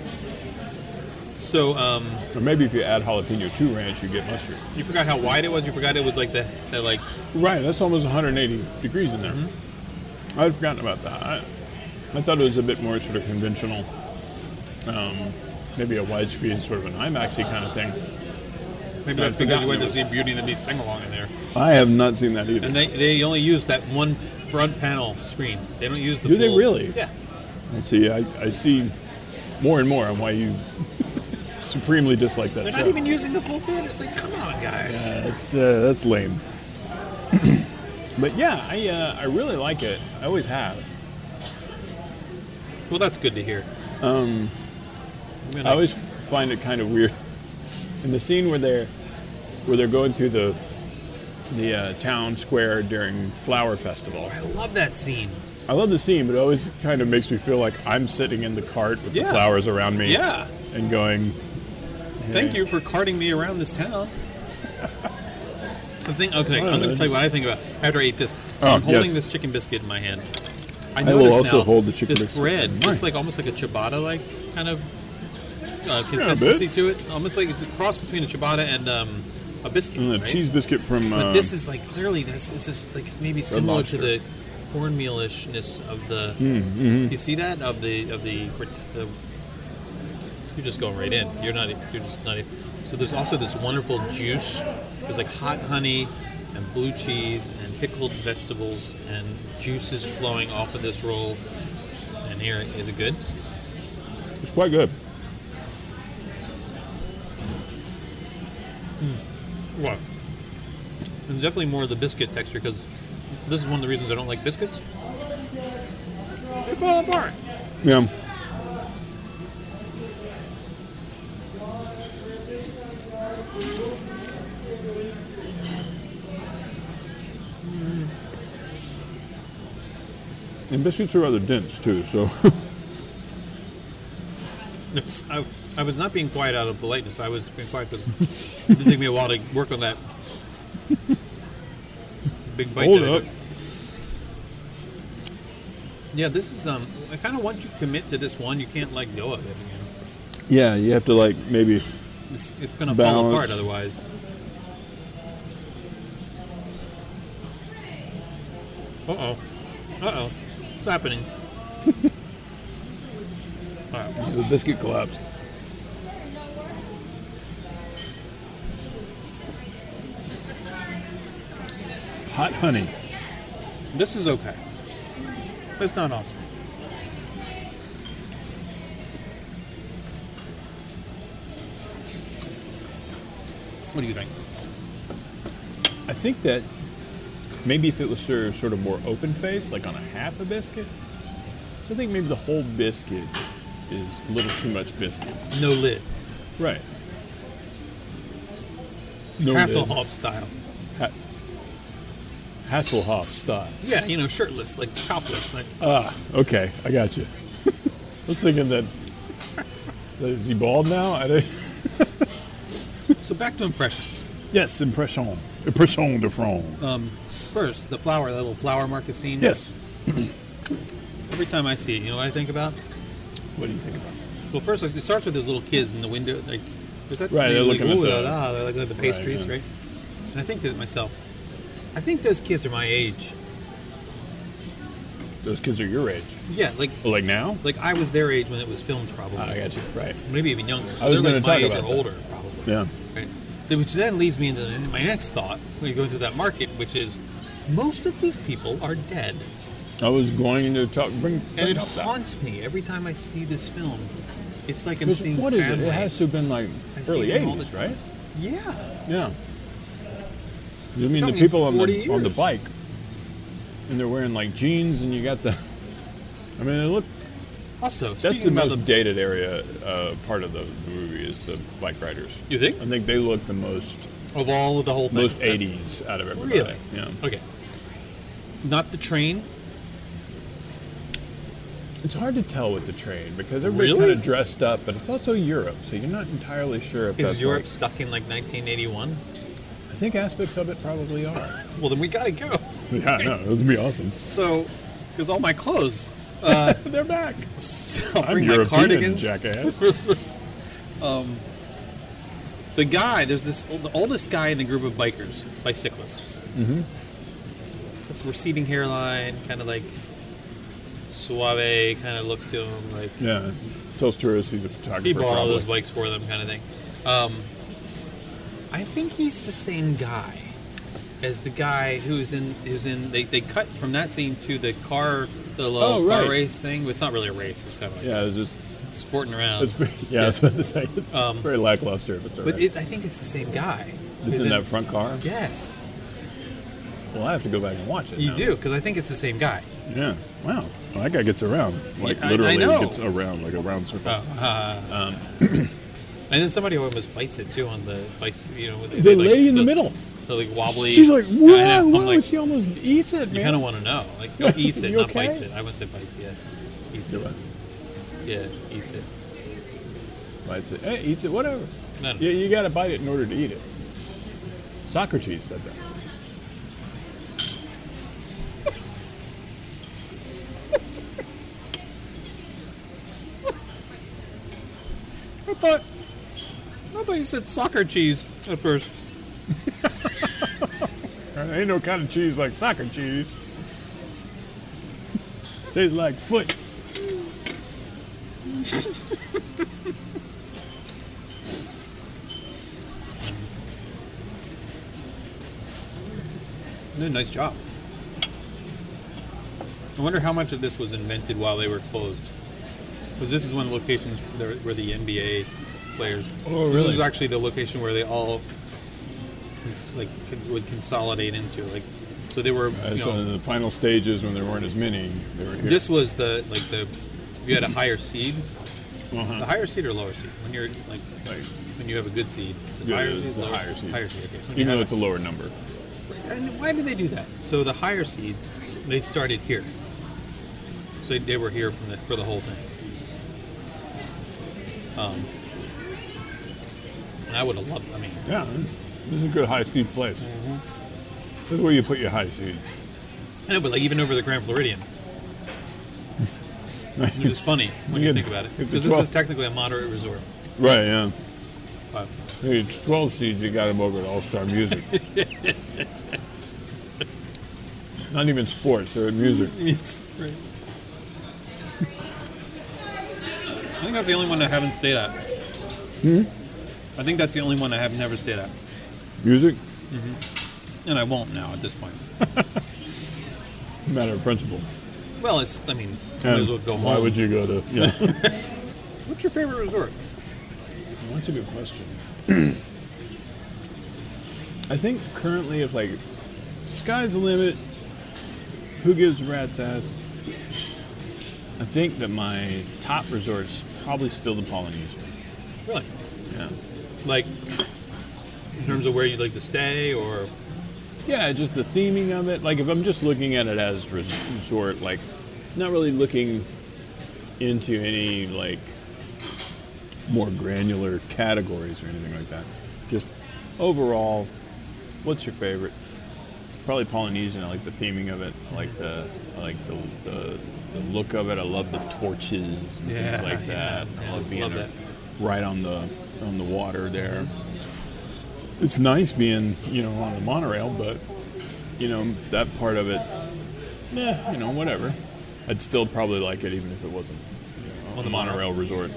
Speaker 1: So, um,
Speaker 2: Or maybe if you add jalapeno to ranch, you get mustard.
Speaker 1: you forgot how wide it was. You forgot it was like the, the like
Speaker 2: Right. That's almost 180 degrees in there.
Speaker 1: Mm-hmm.
Speaker 2: I'd forgotten about that. I, I thought it was a bit more sort of conventional, um, maybe a widescreen sort of an IMAXy kind of thing.
Speaker 1: Maybe
Speaker 2: I'd
Speaker 1: that's because
Speaker 2: forgotten
Speaker 1: you went
Speaker 2: it
Speaker 1: to
Speaker 2: was-
Speaker 1: see Beauty and the Beast sing along in there.
Speaker 2: I have not seen that either.
Speaker 1: And they, they only use that one front panel screen. They don't use the
Speaker 2: Do they
Speaker 1: full-
Speaker 2: really?
Speaker 1: Yeah.
Speaker 2: And see, I, I see more and more on why you supremely dislike that
Speaker 1: They're
Speaker 2: show.
Speaker 1: not even using the full theater. It's like, come on, guys.
Speaker 2: Uh, that's, uh, that's lame. but yeah, I, uh, I really like it. I always have.
Speaker 1: Well, that's good to hear. Um,
Speaker 2: I always find it kind of weird. In the scene where they're where they're going through the the uh, town square during flower festival,
Speaker 1: I love that scene.
Speaker 2: I love the scene, but it always kind of makes me feel like I'm sitting in the cart with
Speaker 1: Yeah.
Speaker 2: the flowers around me,
Speaker 1: Yeah.
Speaker 2: and going.
Speaker 1: Thank you for carting me around this town. The thing, okay,
Speaker 2: Oh,
Speaker 1: I'm going to
Speaker 2: that's-
Speaker 1: tell you what I think about after I eat this. So
Speaker 2: Oh,
Speaker 1: I'm holding
Speaker 2: yes.
Speaker 1: this chicken biscuit in my hand. I,
Speaker 2: will
Speaker 1: notice
Speaker 2: also
Speaker 1: now
Speaker 2: hold the chicken
Speaker 1: this
Speaker 2: biscuit in
Speaker 1: bread,
Speaker 2: mine.
Speaker 1: just like almost like a ciabatta, like kind of uh, consistency to it. Almost like it's a cross between a ciabatta and um, a biscuit.
Speaker 2: And the
Speaker 1: right?
Speaker 2: "Mm, cheese biscuit from
Speaker 1: But
Speaker 2: uh,
Speaker 1: this is like clearly this. It's just like maybe similar to
Speaker 2: Lobster.
Speaker 1: the cornmealishness of the. Do you see that of the of the, frit- the You're just going right in. You're not. You're just not. e, So there's also this wonderful juice. There's like hot honey and blue cheese and pickled vegetables and juices flowing off of this roll. And here is it good?
Speaker 2: It's quite good.
Speaker 1: What? And definitely more of the biscuit texture because this is one of the reasons I don't like biscuits. They fall apart.
Speaker 2: Yeah. And biscuits are rather dense too, so
Speaker 1: Yes, I, I was not being quiet out of politeness. I was being quiet because it did take me a while to work on that big bite.
Speaker 2: hold
Speaker 1: that I
Speaker 2: up.
Speaker 1: took. Yeah, this is um. I kind of once you commit to this one, you can't let go of it again.
Speaker 2: Yeah, you have to like maybe.
Speaker 1: It's, it's gonna fall
Speaker 2: Balance.
Speaker 1: apart otherwise. Uh oh. Uh oh. It's happening. All right.
Speaker 2: The biscuit collapsed. Hot honey.
Speaker 1: This is okay. It's not awesome. What do you think?
Speaker 2: I think that maybe if it was served sort of more open faced, like on a half a biscuit, so I think maybe the whole biscuit is a little too much biscuit.
Speaker 1: No lid.
Speaker 2: Right. No lid.
Speaker 1: Hasselhoff style.
Speaker 2: Ha- Hasselhoff style.
Speaker 1: Yeah, you know, shirtless, like topless. Like, uh,
Speaker 2: Ah, okay, I got you. I was thinking that is he bald now? I don't-
Speaker 1: so back to impressions.
Speaker 2: yes, impression, Uh-huh. impression de France.
Speaker 1: First, the flower, that little flower market scene.
Speaker 2: yes.
Speaker 1: Every time I see it, you know what I think about?
Speaker 2: What do you think about?
Speaker 1: Well, first it starts with those little kids in the window. Like, is that
Speaker 2: Right, they're
Speaker 1: like,
Speaker 2: looking at
Speaker 1: ooh,
Speaker 2: the-
Speaker 1: la, la, they're looking at the pastries,
Speaker 2: yeah.
Speaker 1: right? And I think to myself, I think those kids are my age.
Speaker 2: Those kids are your age.
Speaker 1: Yeah, like
Speaker 2: Well, like now?
Speaker 1: like I was their age when it was filmed, probably.
Speaker 2: Ah, I got you. Right.
Speaker 1: Maybe even younger. So
Speaker 2: I was
Speaker 1: they're
Speaker 2: gonna
Speaker 1: like my
Speaker 2: talk
Speaker 1: age
Speaker 2: about
Speaker 1: or
Speaker 2: that.
Speaker 1: older, probably.
Speaker 2: Yeah.
Speaker 1: Right. Then- Which then leads me into the- my next thought when you go through that market, which is most of these people are dead.
Speaker 2: I was going to talk. Bring,
Speaker 1: And
Speaker 2: bring
Speaker 1: it
Speaker 2: up that.
Speaker 1: haunts me every time I see this film. It's like I'm
Speaker 2: Because
Speaker 1: seeing
Speaker 2: What is it?
Speaker 1: family.
Speaker 2: It has to have been like
Speaker 1: I see
Speaker 2: early
Speaker 1: them all the
Speaker 2: eighties, right?
Speaker 1: Yeah.
Speaker 2: Yeah. I mean, the
Speaker 1: Probably
Speaker 2: people on
Speaker 1: 40
Speaker 2: the on the
Speaker 1: years.
Speaker 2: bike, and they're wearing like jeans, and you got the. I mean, it looked
Speaker 1: Also,
Speaker 2: That's the
Speaker 1: speaking about
Speaker 2: most dated area uh, part of the movie is the bike riders.
Speaker 1: You think?
Speaker 2: I think they look the most
Speaker 1: of all of the whole thing.
Speaker 2: most
Speaker 1: that's-
Speaker 2: 80s out of everybody.
Speaker 1: Really?
Speaker 2: Yeah.
Speaker 1: Okay. Not the train.
Speaker 2: It's hard to tell with the train because everybody's
Speaker 1: Really?
Speaker 2: kind of dressed up, but it's also Europe, so you're not entirely sure if
Speaker 1: Is
Speaker 2: that's
Speaker 1: Europe
Speaker 2: like-
Speaker 1: stuck in like 1981?
Speaker 2: I think aspects of it probably are.
Speaker 1: Well, then we gotta go.
Speaker 2: yeah, no, it would be awesome.
Speaker 1: So, because all my clothes,
Speaker 2: They're back.
Speaker 1: so I'll
Speaker 2: I'm
Speaker 1: bring
Speaker 2: European,
Speaker 1: my cardigans.
Speaker 2: jackass.
Speaker 1: The guy, there's this the oldest guy in the group of bikers, bicyclists. Mm-hmm. This receding hairline, kind of like suave kind of look to him, like
Speaker 2: yeah, tells tourists he's a
Speaker 1: he
Speaker 2: photographer.
Speaker 1: bought all
Speaker 2: probably.
Speaker 1: those bikes for them, kind of thing. Um, I think he's the same guy as the guy who's in who's in. They, they cut from that scene to the car the little
Speaker 2: Oh,
Speaker 1: car
Speaker 2: right.
Speaker 1: race thing. It's not really a race. It's kind of like
Speaker 2: Yeah, it's just
Speaker 1: sporting around.
Speaker 2: it's very, yeah, I was about to say it's very lackluster, but it's all
Speaker 1: Oh. Um, but
Speaker 2: right.
Speaker 1: it, I think it's the same guy.
Speaker 2: it's
Speaker 1: who's
Speaker 2: in that front car.
Speaker 1: Yes,
Speaker 2: Well, I have to go back and watch it.
Speaker 1: you
Speaker 2: now.
Speaker 1: do because I think it's the same guy.
Speaker 2: Yeah. Wow. Well, that guy gets around. Like
Speaker 1: Yeah, I- I
Speaker 2: literally
Speaker 1: know.
Speaker 2: gets around like a round circle.
Speaker 1: Oh, uh,
Speaker 2: Um.
Speaker 1: and then somebody almost bites it too on the bites. You know, with
Speaker 2: The
Speaker 1: like,
Speaker 2: lady in the middle.
Speaker 1: the, like wobbly.
Speaker 2: She's like,
Speaker 1: I know,
Speaker 2: whoa,
Speaker 1: I'm
Speaker 2: whoa.
Speaker 1: like,
Speaker 2: she almost eats it,
Speaker 1: You
Speaker 2: man.
Speaker 1: kind of want to know. Like, no, eats it,
Speaker 2: You
Speaker 1: not
Speaker 2: okay?
Speaker 1: bites it. I must say bites, yeah. Eats it. Yeah, eats it.
Speaker 2: Bites it. Hey, eats it, whatever.
Speaker 1: No, no.
Speaker 2: Yeah, you got to bite it in order to eat it. Socrates said that.
Speaker 1: I thought, I thought you said soccer cheese at first.
Speaker 2: There ain't no kind of cheese like soccer cheese. Tastes like foot.
Speaker 1: No, nice job. I wonder how much of this was invented while they were closed. Because this is one of the locations where where the NBA players.
Speaker 2: Oh,
Speaker 1: This is
Speaker 2: really?
Speaker 1: actually the location where they all cons- like con- would consolidate into. Like, so they were.
Speaker 2: Uh,
Speaker 1: you
Speaker 2: so
Speaker 1: know,
Speaker 2: in the final stages, when there weren't as many, they were here.
Speaker 1: This was the like the if you had a higher seed. It's a
Speaker 2: Uh-huh.
Speaker 1: higher seed or lower seed. When you're like
Speaker 2: Like,
Speaker 1: when you have a good seed, it's a
Speaker 2: Yeah,
Speaker 1: higher
Speaker 2: it's
Speaker 1: seed,
Speaker 2: a
Speaker 1: lower
Speaker 2: higher seed.
Speaker 1: Higher seed. Okay. So when you
Speaker 2: even though
Speaker 1: have
Speaker 2: it's a lower number.
Speaker 1: a- and why did they do that? So the higher seeds, they started here. So they were here from the, for the whole thing. Um, and I would have loved. I mean,
Speaker 2: Yeah, this is a good high speed place.
Speaker 1: Mm-hmm.
Speaker 2: This is where you put your high seeds.
Speaker 1: I know, but like even over the Grand Floridian, which is funny when
Speaker 2: You
Speaker 1: you
Speaker 2: get-
Speaker 1: think about it,
Speaker 2: get the
Speaker 1: because this is
Speaker 2: 12.
Speaker 1: technically a moderate resort.
Speaker 2: Right, yeah.
Speaker 1: But
Speaker 2: Hey, it's 12 seeds you got them over at All Star Music. Not even sports, they're at music.
Speaker 1: Yes, right. I think that's the only one I haven't stayed at. Hmm? I think that's the only one I have never stayed at.
Speaker 2: Music?
Speaker 1: and I won't now at this point.
Speaker 2: Matter of principle.
Speaker 1: Well, it's I mean, might as well go
Speaker 2: why
Speaker 1: home.
Speaker 2: would you go to? Yeah.
Speaker 1: What's your favorite resort?
Speaker 2: That's a good question. I think currently, if like sky's the limit, who gives a rat's ass? I think that my top resort's probably still the Polynesian.
Speaker 1: Really?
Speaker 2: Yeah.
Speaker 1: Like in terms of where you'd like to stay, or
Speaker 2: Yeah, just the theming of it. Like if I'm just looking at it as res- resort, like not really looking into any like more granular categories or anything like that. Just overall, what's your favorite? Probably Polynesian. I like the theming of it. I like the I like the the, the look of it. I love the torches and
Speaker 1: Yeah,
Speaker 2: things like
Speaker 1: yeah,
Speaker 2: that.
Speaker 1: yeah,
Speaker 2: I love being
Speaker 1: love that.
Speaker 2: right on the on the water there. It's nice being you know on the monorail, but you know that part of it. Yeah, you know whatever. I'd still probably like it even if it wasn't you know, on the monorail resort.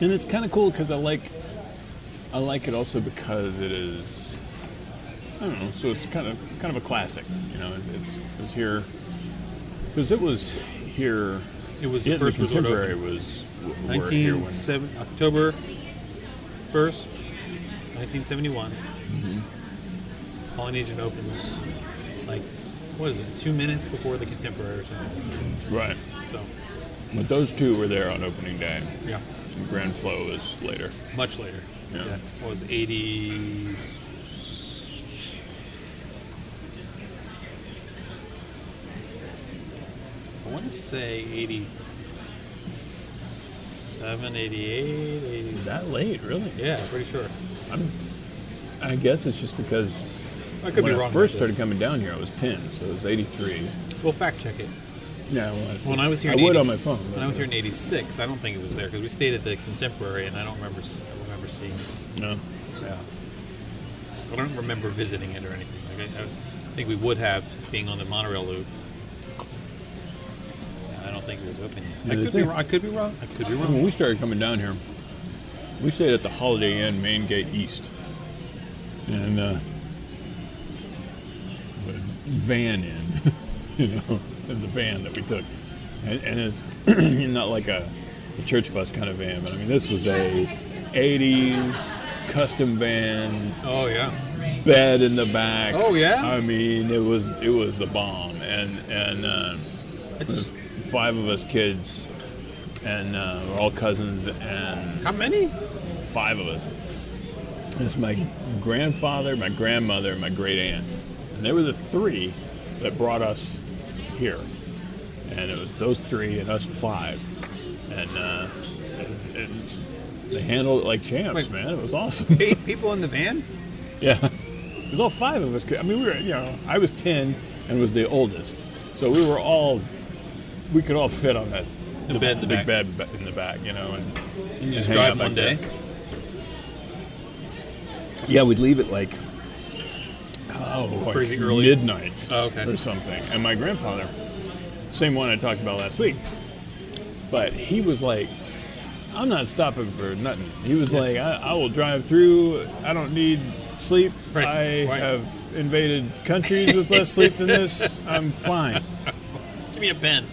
Speaker 2: And it's kind of cool because I like, I like it also because it is, I don't know. So it's kind of kind of a classic, you know. It's, it's it was here because it was here.
Speaker 1: it was
Speaker 2: Yeah,
Speaker 1: the first
Speaker 2: the
Speaker 1: resort
Speaker 2: contemporary
Speaker 1: open.
Speaker 2: was w- were here
Speaker 1: Nineteen
Speaker 2: when
Speaker 1: seven October first, nineteen seventy one.
Speaker 2: Mm-hmm.
Speaker 1: Polynesian opens like what is it? Two minutes before the contemporary or something.
Speaker 2: right.
Speaker 1: So
Speaker 2: But those two were there on opening day.
Speaker 1: yeah,
Speaker 2: And Grand Flow is later.
Speaker 1: much later.
Speaker 2: Yeah.
Speaker 1: what was eighty? I want to say 87, 88, 80.
Speaker 2: That late, really?
Speaker 1: Yeah, pretty sure.
Speaker 2: I'm, I guess it's just because
Speaker 1: I could
Speaker 2: when
Speaker 1: be wrong.
Speaker 2: I
Speaker 1: about
Speaker 2: first
Speaker 1: this.
Speaker 2: started coming down here, I was ten, so it was eighty-three.
Speaker 1: We'll fact check it.
Speaker 2: Yeah,
Speaker 1: When I was here,
Speaker 2: I
Speaker 1: in
Speaker 2: would
Speaker 1: 80
Speaker 2: on my phone.
Speaker 1: When
Speaker 2: but-
Speaker 1: I was here in '86, I don't think it was there because we stayed at the Contemporary, and I don't remember. s- I remember seeing. It.
Speaker 2: No.
Speaker 1: Yeah. I don't remember visiting it or anything. Like I, I think we would have being on the monorail loop. Yeah, I don't think it was open
Speaker 2: Yeah, Oh.
Speaker 1: yet. I could
Speaker 2: the
Speaker 1: be
Speaker 2: thing-
Speaker 1: wrong. I could be wrong. I could be
Speaker 2: When
Speaker 1: wrong.
Speaker 2: we started coming down here, we stayed at the Holiday Inn, Main Gate East, and uh, the van in, you know, the van that we took, and, and it's not like a, a church bus kind of van, but I mean this was a '80s custom van,
Speaker 1: Oh yeah.
Speaker 2: bed in the back.
Speaker 1: Oh, yeah?
Speaker 2: I mean it was it was the bomb, and and. Uh,
Speaker 1: I just,
Speaker 2: five of us kids, and uh, we're all cousins, and
Speaker 1: how many?
Speaker 2: five of us. And It's my grandfather, my grandmother, and my great aunt, and they were the three that brought us here. And it was those three and us five, and, uh, and, and they handled it like champs,
Speaker 1: Wait.
Speaker 2: man. It was awesome.
Speaker 1: Eight people in the van.
Speaker 2: Yeah. It was all five of us. I mean, we were, you know, I was 10 and was the oldest. So we were all, we could all fit on that.
Speaker 1: The bed in the
Speaker 2: big
Speaker 1: back.
Speaker 2: bed ba- in the back, you know. And,
Speaker 1: You just
Speaker 2: hang
Speaker 1: drive
Speaker 2: out back
Speaker 1: one day.
Speaker 2: there. Yeah, we'd leave at like, oh, like
Speaker 1: Crazy early.
Speaker 2: midnight
Speaker 1: Oh, okay.
Speaker 2: or something. And my grandfather, same one I talked about last week, but he was like, I'm not stopping for nothing. He was like, I, I will drive through. I don't need sleep.
Speaker 1: Right,
Speaker 2: I
Speaker 1: right.
Speaker 2: have invaded countries with less sleep than this. I'm fine.
Speaker 1: Give me a pen.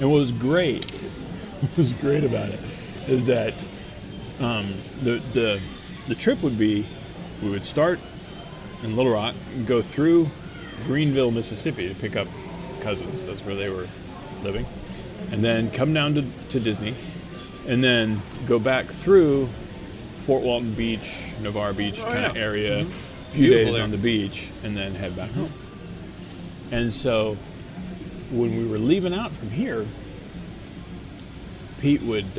Speaker 2: And what was great, what was great about it, is that um, the, the the trip would be, we would start in Little Rock, and go through Greenville, Mississippi, to pick up cousins. That's where they were living, and then come down to, to Disney, and then go back through Fort Walton Beach, Navarre Beach
Speaker 1: Oh,
Speaker 2: kind of
Speaker 1: yeah. Mm-hmm.
Speaker 2: area, a few
Speaker 1: Beautiful
Speaker 2: days
Speaker 1: there.
Speaker 2: on the beach, and then head back home. And so when we were leaving out from here, Pete would,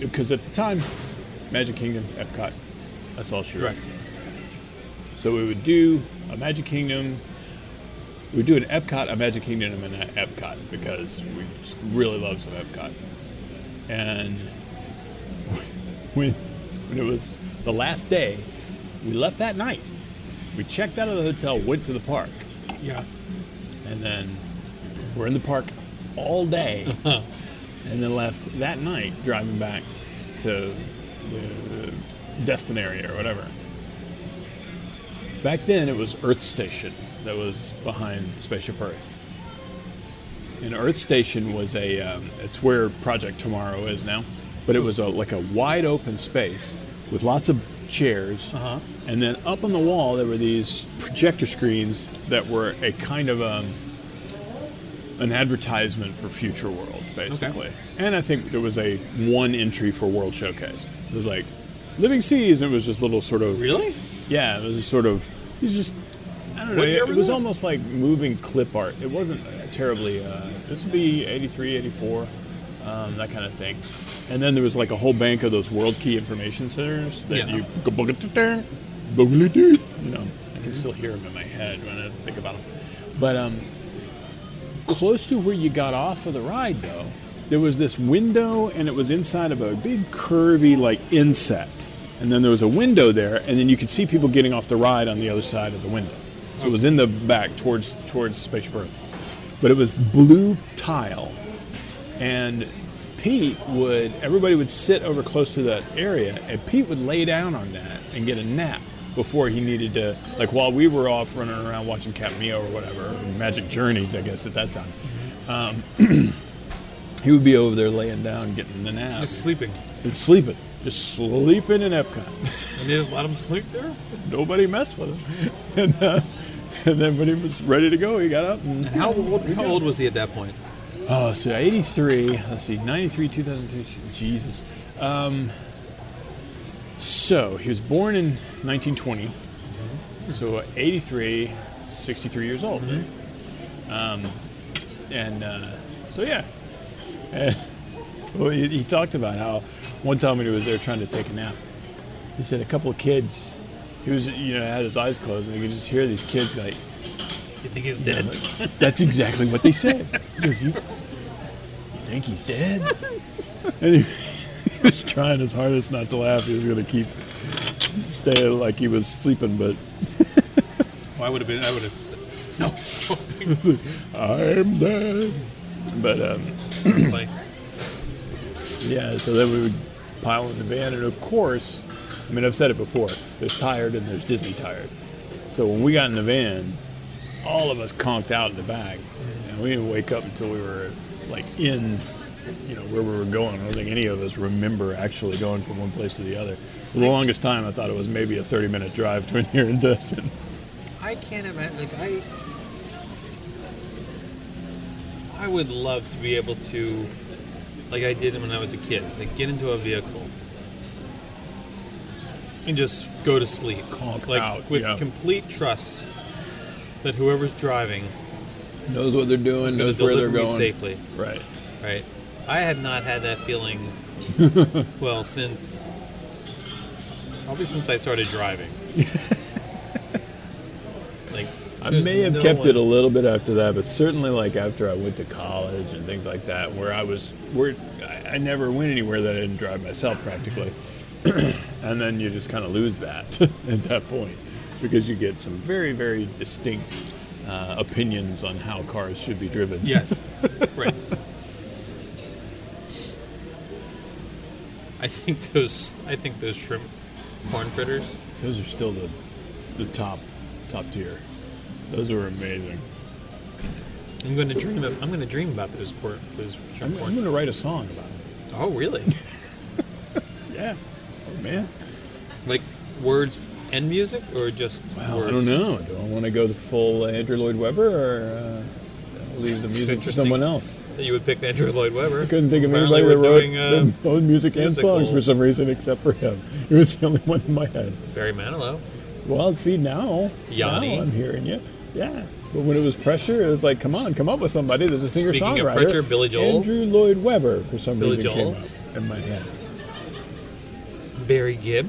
Speaker 2: because at the time, Magic Kingdom, Epcot, that's all she wrote.
Speaker 1: Right.
Speaker 2: So we would do a Magic Kingdom, we would do an Epcot, a Magic Kingdom, and an Epcot because we just really love some Epcot. And when, when it was the last day, we left that night. We checked out of the hotel, went to the park,
Speaker 1: Yeah.
Speaker 2: and then we're in the park all day, and then left that night driving back to the Destin area or whatever. Back then, it was Earth Station that was behind Spaceship Earth. And Earth Station was a, um, it's where Project Tomorrow is now, but it was a, like a wide open space with lots of chairs.
Speaker 1: Uh-huh.
Speaker 2: And then up on the wall, there were these projector screens that were a kind of um, an advertisement for Future World, basically. And I think there was a one entry for World Showcase. It was like Living Seas, and it was just little sort of.
Speaker 1: Really?
Speaker 2: Yeah, it was sort of. It was just. I don't know.
Speaker 1: What
Speaker 2: It,
Speaker 1: year
Speaker 2: it
Speaker 1: was
Speaker 2: was
Speaker 1: that?
Speaker 2: almost like moving clip art. It wasn't terribly. Uh, this would be 83, 84, um, that kind of thing. And then there was like a whole bank of those World Key Information Centers that
Speaker 1: Yeah.
Speaker 2: you. You know, I can still hear them in my head when I think about them. But um, close to where you got off of the ride, though, there was this window, and it was inside of a big curvy like inset. And then there was a window there, and then you could see people getting off the ride on the other side of the window. So it was in the back towards towards Space Birth, but it was blue tile, and Pete would everybody would sit over close to that area, and Pete would lay down on that and get a nap before he needed to like while we were off running around watching Cat Mio or whatever Magic Journeys, I guess at that time. Um, he would be over there laying down, getting the nap,
Speaker 1: Just sleeping.
Speaker 2: and sleeping, just sleeping in Epcot.
Speaker 1: And they just let them sleep there?
Speaker 2: Nobody messed with him, and, uh, and then when he was ready to go, he got up and
Speaker 1: And how old, how old was he at that point?
Speaker 2: Oh, so 83, let's see, 93, 2003, Jesus. Um, so he was born in 1920, so 83, 63 years old. then. Um, and uh, so, yeah. And- well, he, he talked about how one time when he was there trying to take a nap, he said a couple of kids, he was, you know, had his eyes closed, and he could just hear these kids like,
Speaker 1: You think he's dead?
Speaker 2: that's exactly what they said. Because you, you think he's dead? And he, he was trying his hardest not to laugh. He was going to keep staying like he was sleeping, but
Speaker 1: Well, I would have been, I would have said, no.
Speaker 2: I'm dead. But um,
Speaker 1: like,
Speaker 2: yeah, so then we would pile in the van, and of course, I mean I've said it before. There's tired and there's Disney tired. So when we got in the van, all of us conked out in the back, and we didn't wake up until we were like in, you know, where we were going. I don't think any of us remember actually going from one place to the other. For the longest time, I thought it was maybe a 30-minute drive between here and Destin.
Speaker 1: I can't imagine. Like I, I would love to be able to, like I did when I was a kid, like get into a vehicle and just go to sleep,
Speaker 2: Conk
Speaker 1: like
Speaker 2: out,
Speaker 1: with
Speaker 2: yeah.
Speaker 1: complete trust that whoever's driving
Speaker 2: Knows what they're doing,
Speaker 1: will deliver me safely.
Speaker 2: Right.
Speaker 1: Right. I had not had that feeling well since probably since I started driving. like
Speaker 2: I
Speaker 1: there's
Speaker 2: may have
Speaker 1: no
Speaker 2: kept
Speaker 1: one-
Speaker 2: it a little bit after that, but certainly like after I went to college and things like that, where I was where I, I never went anywhere that I didn't drive myself practically, and then you just kind of lose that at that point because you get some very very distinct uh, opinions on how cars should be driven.
Speaker 1: Yes. right. I think those I think those shrimp corn fritters.
Speaker 2: those are still the the top top tier. Those are amazing.
Speaker 1: I'm gonna dream of, I'm gonna dream about those corn those
Speaker 2: I'm,
Speaker 1: shrimp
Speaker 2: I'm going
Speaker 1: corn.
Speaker 2: to write a song about it.
Speaker 1: Oh really?
Speaker 2: Yeah, oh, man.
Speaker 1: like words and music or just
Speaker 2: Wow,
Speaker 1: words?
Speaker 2: I don't know. Do I want to go the full Andrew Lloyd Webber or uh, leave the
Speaker 1: That's
Speaker 2: music to
Speaker 1: interesting.
Speaker 2: someone else?
Speaker 1: That you would pick Andrew Lloyd Webber.
Speaker 2: I couldn't think of
Speaker 1: Apparently
Speaker 2: anybody that
Speaker 1: we're
Speaker 2: wrote
Speaker 1: doing,
Speaker 2: their
Speaker 1: uh,
Speaker 2: own music and
Speaker 1: musical.
Speaker 2: songs for some reason except for him. He was the only one in my head.
Speaker 1: Barry Manilow.
Speaker 2: Well, see now,
Speaker 1: Yanni.
Speaker 2: now I'm hearing you. Yeah, but when it was pressure, it was like, come on, come up with somebody that's a singer
Speaker 1: Speaking of
Speaker 2: songwriter.
Speaker 1: pressure, Billy Joel.
Speaker 2: Andrew Lloyd Webber for some
Speaker 1: Billy
Speaker 2: reason
Speaker 1: Joel.
Speaker 2: came up in my head.
Speaker 1: Barry Gibb.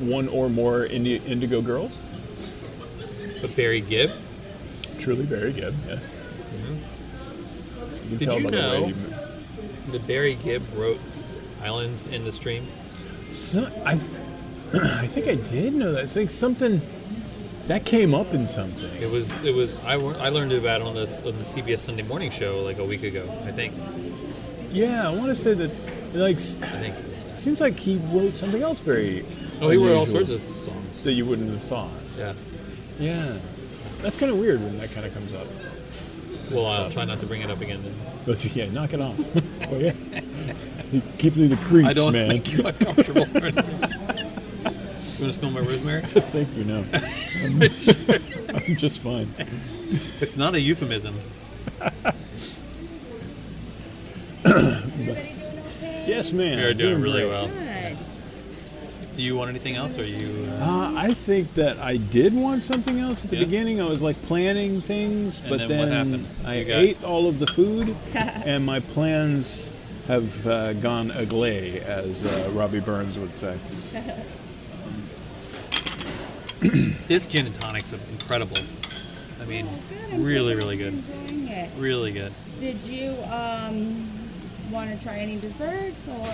Speaker 2: One or more Indi- Indigo Girls.
Speaker 1: But Barry Gibb.
Speaker 2: Truly very good. Yeah. You can
Speaker 1: Mm-hmm. Did
Speaker 2: tell
Speaker 1: you
Speaker 2: by the way
Speaker 1: know-
Speaker 2: you-
Speaker 1: The Barry Gibb wrote Islands in the Stream.
Speaker 2: So, I, I think I did know that. I think something that came up in
Speaker 1: It
Speaker 2: something.
Speaker 1: was it was I, wa- I learned about it on this on the CBS Sunday Morning Show like a week ago I think
Speaker 2: Yeah, I want to say that. Like, s-
Speaker 1: I think it was.
Speaker 2: seems like he wrote something else very
Speaker 1: Oh, he wrote all
Speaker 2: unusual
Speaker 1: sorts of songs.
Speaker 2: that you wouldn't have thought.
Speaker 1: Yeah.
Speaker 2: Yeah, that's kind of weird when that kind of comes up.
Speaker 1: Well, I'll try not to bring it up again. Then.
Speaker 2: Let's, yeah, knock it off. oh yeah, keep me the creeps,
Speaker 1: I don't
Speaker 2: man.
Speaker 1: think you uncomfortable. you want to smell my rosemary?
Speaker 2: Thank you. No, I'm, I'm just fine.
Speaker 1: It's not a euphemism.
Speaker 3: Everybody doing okay?
Speaker 2: Yes, ma'am.
Speaker 1: You're doing really
Speaker 2: great.
Speaker 1: well.
Speaker 3: Good.
Speaker 1: Do you want anything else? Or are you? Uh,
Speaker 2: Uh, I think that I did want something else at the
Speaker 1: Yeah.
Speaker 2: beginning. I was like planning things,
Speaker 1: And
Speaker 2: but
Speaker 1: then
Speaker 2: then,
Speaker 1: what happened?
Speaker 2: I
Speaker 1: You got-
Speaker 2: ate all of the food, and my plans have uh, gone aglay, as uh, Robbie Burns would say.
Speaker 1: this gin and tonic's incredible. I mean,
Speaker 3: Oh, Good, I'm
Speaker 1: really,
Speaker 3: glad
Speaker 1: really
Speaker 3: you're
Speaker 1: good.
Speaker 3: Enjoying it.
Speaker 1: Really good.
Speaker 3: Did you um, want to try any desserts or?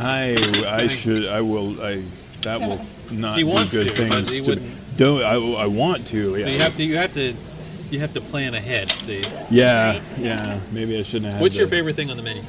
Speaker 2: I I should I will I that will not
Speaker 1: He
Speaker 2: be
Speaker 1: wants to,
Speaker 2: good
Speaker 1: but
Speaker 2: things
Speaker 1: he
Speaker 2: to
Speaker 1: wouldn't.
Speaker 2: do. I, I want to. Yeah.
Speaker 1: So you have to. You have to. You have to plan ahead. See.
Speaker 2: yeah, yeah. Maybe I shouldn't have.
Speaker 1: What's your
Speaker 2: the
Speaker 1: favorite thing on the menu?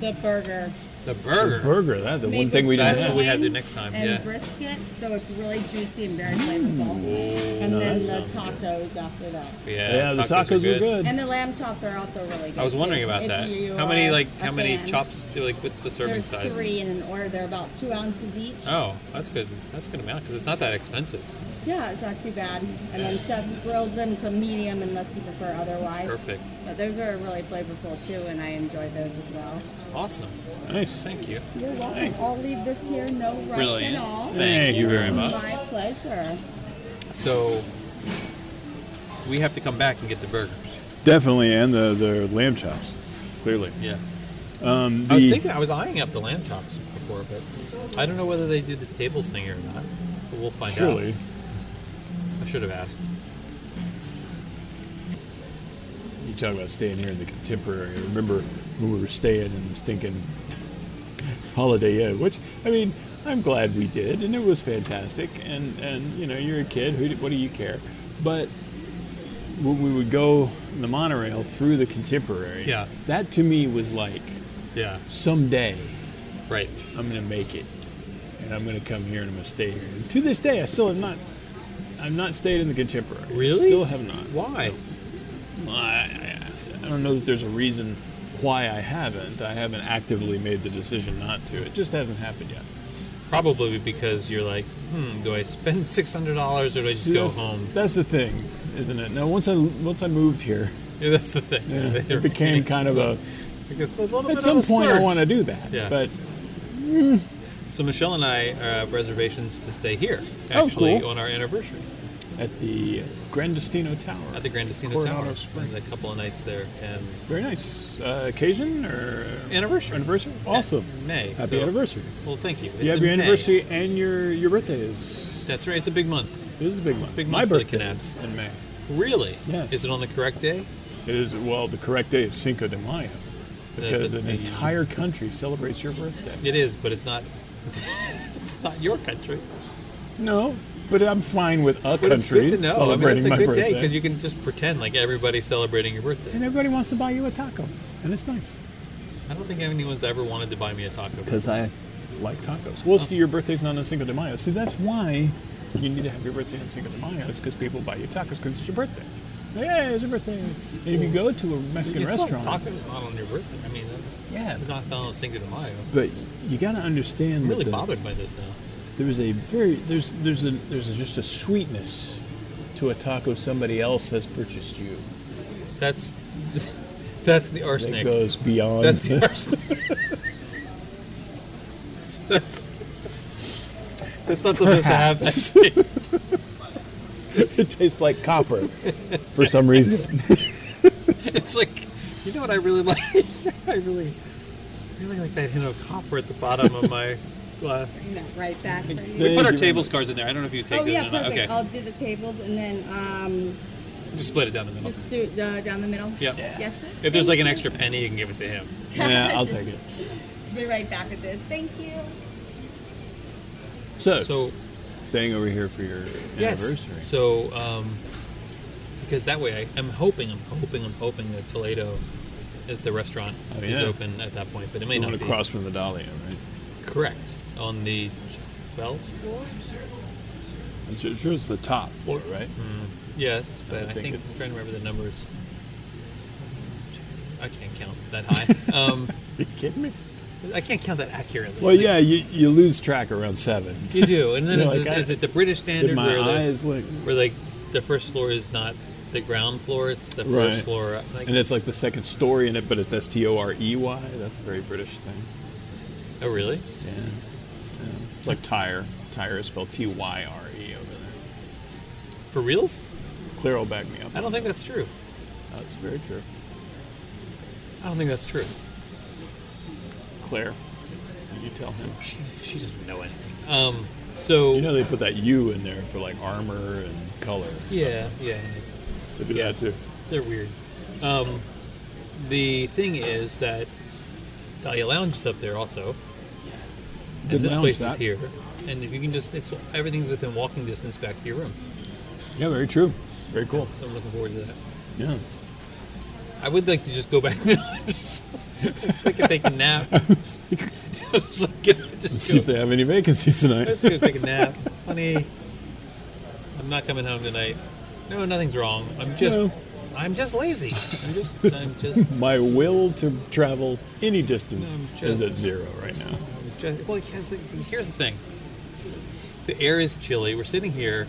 Speaker 3: The burger.
Speaker 1: The burger.
Speaker 2: burger? That the
Speaker 3: Made
Speaker 2: one
Speaker 3: with
Speaker 2: thing we didn't
Speaker 1: That's
Speaker 2: have.
Speaker 1: what we had there next time,
Speaker 3: And
Speaker 1: yeah.
Speaker 3: brisket, so it's really juicy and very flavorful. and
Speaker 2: no,
Speaker 3: then
Speaker 2: that
Speaker 3: the
Speaker 2: sounds
Speaker 3: tacos after that.
Speaker 1: Yeah.
Speaker 2: Yeah, the tacos,
Speaker 1: are
Speaker 2: were good.
Speaker 3: And the lamb chops are also really good.
Speaker 1: I was wondering
Speaker 3: too,
Speaker 1: about
Speaker 3: if
Speaker 1: that.
Speaker 3: you
Speaker 1: How many
Speaker 3: are
Speaker 1: like
Speaker 3: a
Speaker 1: how many
Speaker 3: fan.
Speaker 1: chops? Do, like what's the serving
Speaker 3: There's
Speaker 1: size?
Speaker 3: three in an order. They're about two ounces each.
Speaker 1: Oh, that's good. That's a good amount because it's not that expensive.
Speaker 3: Yeah, it's not too bad. And then chef grills them to medium unless you prefer otherwise.
Speaker 1: Perfect.
Speaker 3: But those are really flavorful too, and I enjoy those as well.
Speaker 1: Awesome.
Speaker 2: Nice.
Speaker 1: Thank you.
Speaker 3: You're welcome.
Speaker 2: Thanks.
Speaker 3: I'll leave this here, no rush
Speaker 1: Brilliant.
Speaker 3: at all.
Speaker 1: Thank you very much.
Speaker 3: My pleasure.
Speaker 1: So we have to come back and get the burgers.
Speaker 2: Definitely, and the the lamb chops. Clearly.
Speaker 1: Yeah.
Speaker 2: Um,
Speaker 1: I was
Speaker 2: the-
Speaker 1: thinking I was eyeing up the lamb chops before, but I don't know whether they do the tables thing or not. But we'll find
Speaker 2: Surely.
Speaker 1: out. I should have asked.
Speaker 2: You talk about staying here in the contemporary. I remember when we were staying in the stinking Holiday Inn, which I mean, I'm glad we did, and it was fantastic. And and you know, you're a kid. Who? do- What do you care? But when we would go in the monorail through the contemporary,
Speaker 1: Yeah.
Speaker 2: that to me was like
Speaker 1: Yeah.
Speaker 2: someday
Speaker 1: Right.
Speaker 2: I'm gonna make it, and I'm gonna come here and I'm gonna stay here. And to this day, I still have not. I've not stayed in the contemporary.
Speaker 1: Really?
Speaker 2: Still have not.
Speaker 1: Why?
Speaker 2: Well, I, I, I don't know that there's a reason why I haven't. I haven't actively made the decision not to. It just hasn't happened yet.
Speaker 1: Probably because you're like, hmm, do I spend six hundred dollars or do I just
Speaker 2: See,
Speaker 1: go
Speaker 2: that's,
Speaker 1: home?
Speaker 2: That's the thing, isn't it? Now, once I once I moved here,
Speaker 1: Yeah, that's the thing.
Speaker 2: it became kind of a.
Speaker 1: It's a little bit
Speaker 2: At
Speaker 1: of
Speaker 2: some
Speaker 1: a
Speaker 2: point, I
Speaker 1: splurge.
Speaker 2: want to do that.
Speaker 1: Yeah.
Speaker 2: But
Speaker 1: So Michelle and I have reservations to stay here,
Speaker 2: Oh,
Speaker 1: actually,
Speaker 2: cool.
Speaker 1: on our anniversary
Speaker 2: at the Grandestino Tower.
Speaker 1: at the Grandestino
Speaker 2: Coronado
Speaker 1: Tower.
Speaker 2: Springs.
Speaker 1: And a couple of nights there, and
Speaker 2: Very nice uh, occasion or
Speaker 1: anniversary,
Speaker 2: anniversary. Awesome.
Speaker 1: In May.
Speaker 2: Happy
Speaker 1: So-
Speaker 2: anniversary.
Speaker 1: Well, thank you. It's
Speaker 2: you have
Speaker 1: in
Speaker 2: your
Speaker 1: May.
Speaker 2: anniversary and your your birthday is.
Speaker 1: That's right. It's a big month.
Speaker 2: This is a big month.
Speaker 1: big
Speaker 2: My
Speaker 1: month for the
Speaker 2: birthday
Speaker 1: Canabs.
Speaker 2: is in May.
Speaker 1: Really?
Speaker 2: Yes.
Speaker 1: Is it on the correct day?
Speaker 2: It is well. The correct day is Cinco de Mayo because
Speaker 1: that's
Speaker 2: an
Speaker 1: the-
Speaker 2: entire country celebrates your birthday.
Speaker 1: It is, but it's not. it's not your country.
Speaker 2: No, but I'm fine with a
Speaker 1: But
Speaker 2: country
Speaker 1: it's good to know.
Speaker 2: celebrating
Speaker 1: I mean, it's a
Speaker 2: my
Speaker 1: good day
Speaker 2: birthday.
Speaker 1: because you can just pretend like everybody's celebrating your birthday.
Speaker 2: and everybody wants to buy you a taco, and it's nice
Speaker 1: I don't think anyone's ever wanted to buy me a taco.
Speaker 2: I like tacos. Well, see, your birthday's not on Cinco de Mayo. See, that's why you need to have your birthday on Cinco de Mayo is because people buy you tacos because it's your birthday. Hey, it's your birthday. And if you go to a Mexican
Speaker 1: You still have
Speaker 2: restaurant,
Speaker 1: tacos not on your birthday. I mean, that-
Speaker 2: yeah,
Speaker 1: I'm not on Cinco de Mayo.
Speaker 2: but you got to understand
Speaker 1: I'm
Speaker 2: that
Speaker 1: really
Speaker 2: the-
Speaker 1: bothered by this now.
Speaker 2: there's a very there's there's a there's a, just a sweetness to a taco somebody else has purchased you
Speaker 1: That's that's the
Speaker 2: that
Speaker 1: arsenic.
Speaker 2: goes beyond
Speaker 1: That's the arsenic. that's that's not supposed to have that taste.
Speaker 2: it tastes like copper for some reason
Speaker 1: It's like you know what I really like. I really really like that hint of copper at the bottom of my glass.
Speaker 3: Bring that right back for you.
Speaker 1: We
Speaker 2: Thank
Speaker 1: put our
Speaker 2: you.
Speaker 1: tables cards in there. I don't know if you take
Speaker 3: oh
Speaker 1: those
Speaker 3: yeah,
Speaker 1: or not.
Speaker 3: perfect.
Speaker 1: Okay,
Speaker 3: I'll do the tables and then um,
Speaker 1: just split it down the middle.
Speaker 3: just do it uh, down the middle.
Speaker 1: Yep.
Speaker 3: Yes. Sir?
Speaker 1: If there's
Speaker 3: Thank
Speaker 1: like an
Speaker 3: you.
Speaker 1: extra penny, you can give it to him.
Speaker 2: yeah i'll take it
Speaker 3: Be right back with this. Thank you.
Speaker 2: so,
Speaker 1: So
Speaker 2: staying over here for your Oh, anniversary
Speaker 1: So, um, because that way, I, I'm hoping, I'm hoping, I'm hoping that Toledo, at the restaurant,
Speaker 2: Oh,
Speaker 1: is
Speaker 2: yeah.
Speaker 1: open at that point. But it may
Speaker 2: so
Speaker 1: not be
Speaker 2: across from the dahlia right
Speaker 1: correct on the Belch floor?
Speaker 2: It's ju- sure it's the top floor, right?
Speaker 1: Yes, but I,
Speaker 2: think
Speaker 1: think,
Speaker 2: it's-
Speaker 1: I'm trying to remember the numbers. I can't count that high. um,
Speaker 2: you kidding me?
Speaker 1: I can't count that accurately.
Speaker 2: Well, yeah, you, you lose track around seven.
Speaker 1: You do, and then
Speaker 2: You're
Speaker 1: is,
Speaker 2: like,
Speaker 1: it,
Speaker 2: I-
Speaker 1: is it the British standard
Speaker 2: Did my
Speaker 1: where, the,
Speaker 2: eyes like?
Speaker 1: where like the first floor is not the ground floor; it's the
Speaker 2: Right.
Speaker 1: first floor. Like,
Speaker 2: And it's like the second story in it, but it's S T O R E Y. That's a very British thing.
Speaker 1: oh, really?
Speaker 2: Yeah. Yeah. It's like tire. Tire is spelled T Y R E over there.
Speaker 1: For reals?
Speaker 2: Claire will back me up.
Speaker 1: I don't think that's true.
Speaker 2: That's very true.
Speaker 1: I don't think that's true.
Speaker 2: Claire, you tell him.
Speaker 1: She, she doesn't know anything. Um, so
Speaker 2: You know they put that U in there for like armor and color. and stuff.
Speaker 1: yeah, yeah,
Speaker 2: They do that too.
Speaker 1: they're weird. Um, the thing is that Dahlia Lounge is up there also, and
Speaker 2: Good
Speaker 1: this
Speaker 2: lounge,
Speaker 1: place is
Speaker 2: that.
Speaker 1: here. And if you can just, it's everything's within walking distance back to your room.
Speaker 2: Yeah, very true. Very cool.
Speaker 1: So I'm looking forward to that.
Speaker 2: Yeah.
Speaker 1: I would like to just go back now. Just- I could take a nap. just like,
Speaker 2: Let's
Speaker 1: just
Speaker 2: see
Speaker 1: go,
Speaker 2: if they have any vacancies tonight.
Speaker 1: just go take a nap. Honey, I'm not coming home tonight. No, nothing's wrong. I'm just,
Speaker 2: No.
Speaker 1: I'm just lazy. I'm just, I'm just,
Speaker 2: My will to travel any distance
Speaker 1: I'm
Speaker 2: is
Speaker 1: just-
Speaker 2: at zero right now.
Speaker 1: just well, because here's the thing. The air is chilly. We're sitting here,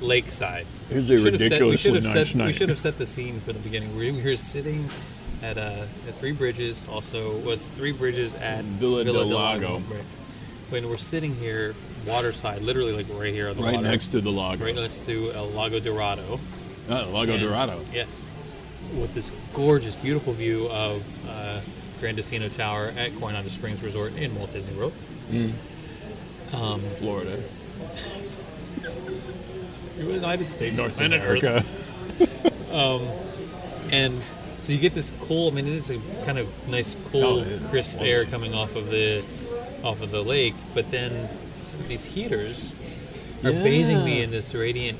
Speaker 1: lakeside.
Speaker 2: Here's a
Speaker 1: We should have set- we should
Speaker 2: ridiculously
Speaker 1: have
Speaker 2: nice
Speaker 1: set- We
Speaker 2: night.
Speaker 1: should have set the scene from the beginning. We're here sitting at uh, at Three Bridges. Also, what's Three Bridges at
Speaker 2: Villa del Lago.
Speaker 1: Right. When we're sitting here waterside, literally like right here on the
Speaker 2: Right
Speaker 1: water,
Speaker 2: next to the Lago.
Speaker 1: right next to El Lago Dorado.
Speaker 2: Ah, Lago
Speaker 1: And-
Speaker 2: Dorado.
Speaker 1: Yes, with this gorgeous, beautiful view of uh, Grandisino Tower at Coronado Springs Resort in Walt Disney World.
Speaker 2: Florida.
Speaker 1: United States,
Speaker 2: North
Speaker 1: planet Earth.
Speaker 2: America.
Speaker 1: and so you get this cool. I mean, it is a kind of nice,
Speaker 2: Oh,
Speaker 1: cool,
Speaker 2: it is.
Speaker 1: crisp air coming off of the off of the lake. But then these heaters are bathing me
Speaker 2: Yeah.
Speaker 1: in this radiant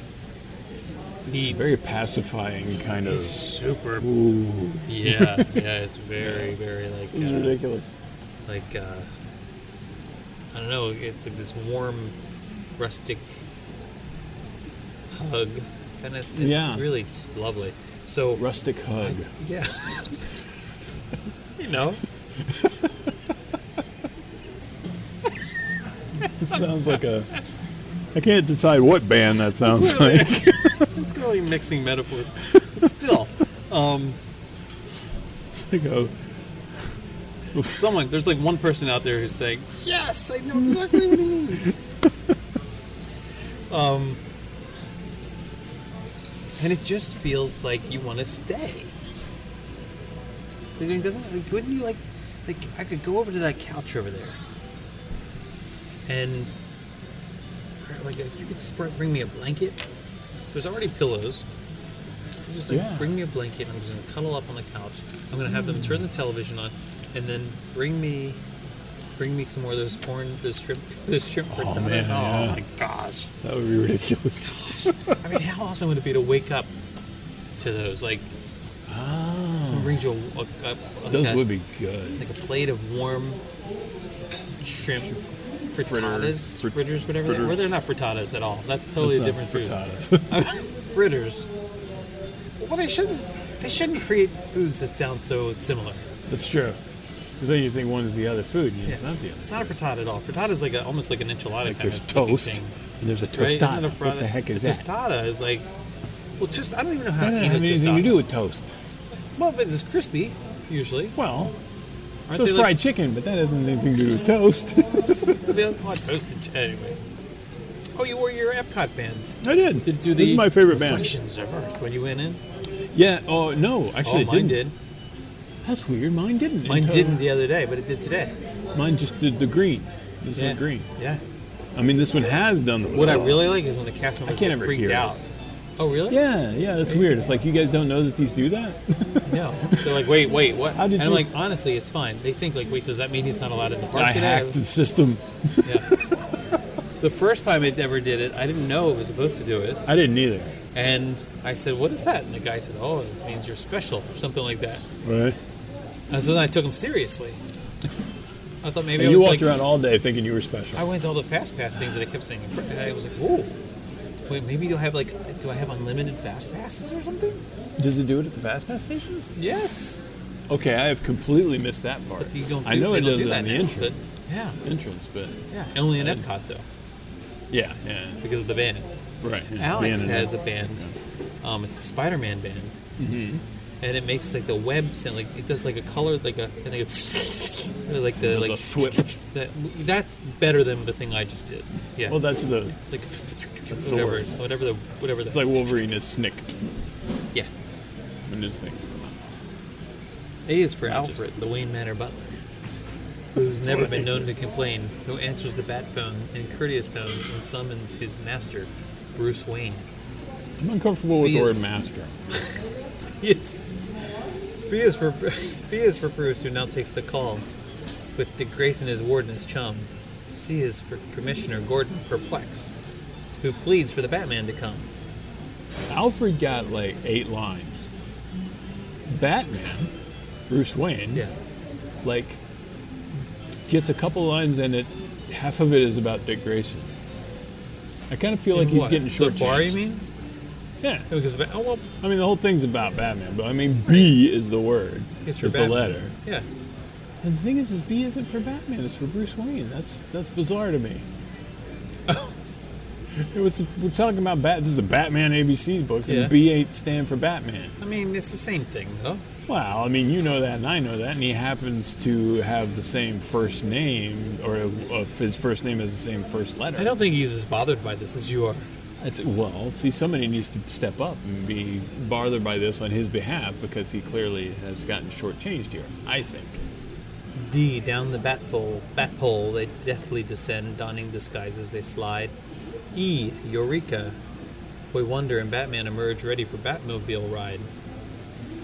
Speaker 1: heat.
Speaker 2: It's very pacifying kind
Speaker 1: It's
Speaker 2: of.
Speaker 1: super.
Speaker 2: Ooh,
Speaker 1: Yeah, yeah. It's very, very like
Speaker 2: this is
Speaker 1: uh,
Speaker 2: ridiculous.
Speaker 1: like uh, I don't know. It's like this warm, rustic hug kind of. It's
Speaker 2: Yeah.
Speaker 1: Really, just lovely. So
Speaker 2: Rustic hug.
Speaker 1: Yeah. you know,
Speaker 2: It sounds like a. I can't decide what band that sounds like.
Speaker 1: really mixing metaphors. But Still, um,
Speaker 2: It's like oh, a
Speaker 1: someone there's like one person out there who's saying, "Yes, I know exactly what it means." um, and it just feels like you want to stay. I mean, doesn't like, wouldn't you like? Like I could go over to that couch over there, and like if you could just bring me a blanket. There's already pillows. You Just like
Speaker 2: Yeah.
Speaker 1: bring me a blanket. I'm just gonna cuddle up on the couch. I'm gonna have them turn the television on, and then bring me, bring me some more of those corn, those shrimp, those shrimp frittata.
Speaker 2: man,
Speaker 1: oh
Speaker 2: yeah.
Speaker 1: my gosh!
Speaker 2: that would be ridiculous.
Speaker 1: I mean, how awesome would it be to wake up to those? Like,
Speaker 2: Oh,
Speaker 1: brings you a, a, a- like
Speaker 2: those
Speaker 1: a-
Speaker 2: would be good.
Speaker 1: like a plate of warm shrimp frittatas,
Speaker 2: Fritter- frit-
Speaker 1: fritters, whatever. they-
Speaker 2: fritters.
Speaker 1: Well, they're not frittatas at all. That's totally
Speaker 2: That's
Speaker 1: a
Speaker 2: not
Speaker 1: different food.
Speaker 2: frittatas.
Speaker 1: fritters. Well, they shouldn't. They shouldn't create foods that sound so similar.
Speaker 2: That's true. Then you think one is the other food, and it's not the other.
Speaker 1: It's not a frittata at all. Frittata is like a, almost like an enchilada
Speaker 2: Like
Speaker 1: kind
Speaker 2: there's
Speaker 1: of looking
Speaker 2: toast,
Speaker 1: thing,
Speaker 2: and there's a
Speaker 1: right? Isn't
Speaker 2: tostada.
Speaker 1: it a
Speaker 2: what the
Speaker 1: frittata-
Speaker 2: heck is
Speaker 1: a
Speaker 2: that?
Speaker 1: Tostada is like, well, just I don't even know how
Speaker 2: That
Speaker 1: to
Speaker 2: doesn't
Speaker 1: eat
Speaker 2: have
Speaker 1: a
Speaker 2: anything to
Speaker 1: tostada.
Speaker 2: do with toast.
Speaker 1: Well, but it's crispy usually.
Speaker 2: Well,
Speaker 1: Aren't
Speaker 2: so
Speaker 1: they
Speaker 2: it's
Speaker 1: like-
Speaker 2: fried chicken, but that doesn't have anything to do with toast.
Speaker 1: They don't call it toasted ch- anyway. Oh, you wore your Epcot band.
Speaker 2: I did.
Speaker 1: Did do
Speaker 2: this
Speaker 1: the
Speaker 2: is my favorite band.
Speaker 1: Reflections of Earth when you went in?
Speaker 2: Yeah. Oh no, actually,
Speaker 1: oh,
Speaker 2: it
Speaker 1: mine
Speaker 2: didn't.
Speaker 1: did.
Speaker 2: That's weird. Mine didn't.
Speaker 1: Mine
Speaker 2: until-
Speaker 1: didn't the other day, but it did today.
Speaker 2: Mine just did the green. This one green.
Speaker 1: Yeah.
Speaker 2: I mean, this one has done the.
Speaker 1: What I really like is when the cast members
Speaker 2: I
Speaker 1: get
Speaker 2: can't ever
Speaker 1: freaked
Speaker 2: hear it.
Speaker 1: out. Oh, really?
Speaker 2: Yeah, yeah, that's weird. It's like you guys don't know that these do that.
Speaker 1: No. They're like, wait, wait, what?
Speaker 2: How did
Speaker 1: and
Speaker 2: you-
Speaker 1: I'm like, honestly, it's fine. They think, like, wait, does that mean he's not allowed in the park
Speaker 2: I
Speaker 1: today?
Speaker 2: hacked the system.
Speaker 1: Yeah. the first time it ever did it, I didn't know it was supposed to do it.
Speaker 2: I didn't either.
Speaker 1: And I said, what is that? And the guy said, oh, this means you're special or something like that.
Speaker 2: Right.
Speaker 1: And so then I took him seriously. I thought maybe
Speaker 2: And
Speaker 1: I
Speaker 2: you
Speaker 1: was
Speaker 2: walked
Speaker 1: like,
Speaker 2: around all day thinking you were special.
Speaker 1: I went to all the fast pass things that I kept saying. and I was like, whoa. Wait, maybe you'll have like, do I have unlimited fast passes or something?
Speaker 2: Does it do it at the fast pass stations?
Speaker 1: Yes.
Speaker 2: Okay, I have completely missed that part.
Speaker 1: But you don't. Do,
Speaker 2: I know
Speaker 1: they
Speaker 2: it
Speaker 1: don't
Speaker 2: does
Speaker 1: do
Speaker 2: it
Speaker 1: that
Speaker 2: on the
Speaker 1: now,
Speaker 2: entrance,
Speaker 1: but- Yeah,
Speaker 2: entrance, but
Speaker 1: yeah. Only in
Speaker 2: I-
Speaker 1: Epcot though,
Speaker 2: yeah, yeah,
Speaker 1: because of the band.
Speaker 2: right. yeah,
Speaker 1: Alex
Speaker 2: the internet.
Speaker 1: has a band. Um, it's the Spider-Man band. Mm-hmm. And it makes like the web sound, like it does like a color, like a and like, a, like the
Speaker 2: There's
Speaker 1: like
Speaker 2: a switch.
Speaker 1: That, that's better than the thing I just did. Yeah.
Speaker 2: Well, that's the.
Speaker 1: it's like
Speaker 2: the
Speaker 1: whatever,
Speaker 2: word.
Speaker 1: whatever the whatever the
Speaker 2: It's like Wolverine is snicked
Speaker 1: yeah.
Speaker 2: when his things.
Speaker 1: A is for Alfred, the Wayne Manor butler, who's never been known to complain, who answers the bat phone in courteous tones and summons his master, Bruce Wayne.
Speaker 2: I'm uncomfortable with the word
Speaker 1: Please.
Speaker 2: master.
Speaker 1: Yes. B is for B is for Bruce, who now takes the call, with Dick Grayson as warden as chum. C is for Commissioner Gordon, perplex, who pleads for the Batman to come.
Speaker 2: Alfred got like eight lines. Batman, Bruce Wayne,
Speaker 1: Yeah.
Speaker 2: like gets a couple lines and it half of it is about Dick Grayson. I kind of feel like
Speaker 1: In
Speaker 2: he's
Speaker 1: what?
Speaker 2: getting
Speaker 1: so
Speaker 2: short.
Speaker 1: far. You mean?
Speaker 2: Yeah.
Speaker 1: No, because Ba- oh well,
Speaker 2: I mean, the whole thing's about Batman, but I mean, B is the word.
Speaker 1: it's for
Speaker 2: is the
Speaker 1: Batman.
Speaker 2: letter.
Speaker 1: Yeah.
Speaker 2: And the thing is, is B isn't for Batman. It's for Bruce Wayne. That's that's bizarre to me. it was we're talking about Bat. This is a Batman ABC book, and
Speaker 1: Yeah.
Speaker 2: B ain't stand for Batman.
Speaker 1: I mean, it's the same thing though.
Speaker 2: Well, I mean, you know that, and I know that, and he happens to have the same first name, or uh, his first name is the same first letter.
Speaker 1: I don't think he's as bothered by this as you are.
Speaker 2: It's, well, see, somebody needs to step up and be bothered by this on his behalf because he clearly has gotten shortchanged here. I think.
Speaker 1: D down the bat pole, bat pole they deftly descend, donning disguises they slide. E Eureka, Boy Wonder and Batman emerge ready for Batmobile ride.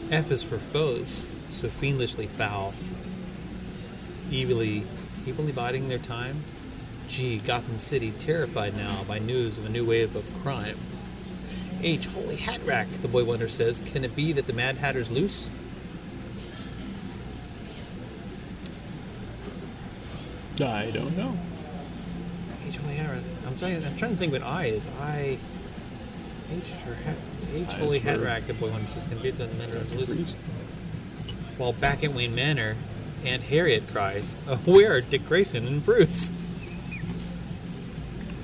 Speaker 1: F is for foes, so fiendishly foul, evilly, evilly biding their time. G Gotham City terrified now by news of a new wave of crime. H holy hat rack, the Boy Wonder says. Can it be that the Mad Hatter's loose?
Speaker 2: I don't know.
Speaker 1: H Holy Hammer. I'm trying. I'm trying to think what I is. I H for hat. H
Speaker 2: I
Speaker 1: Holy
Speaker 2: is
Speaker 1: Hat
Speaker 2: for-
Speaker 1: Rack. The boy one just gonna be the mentor of Lucy. While back at Wayne Manor, Aunt Harriet cries, "Oh, "Where are Dick Grayson and Bruce?"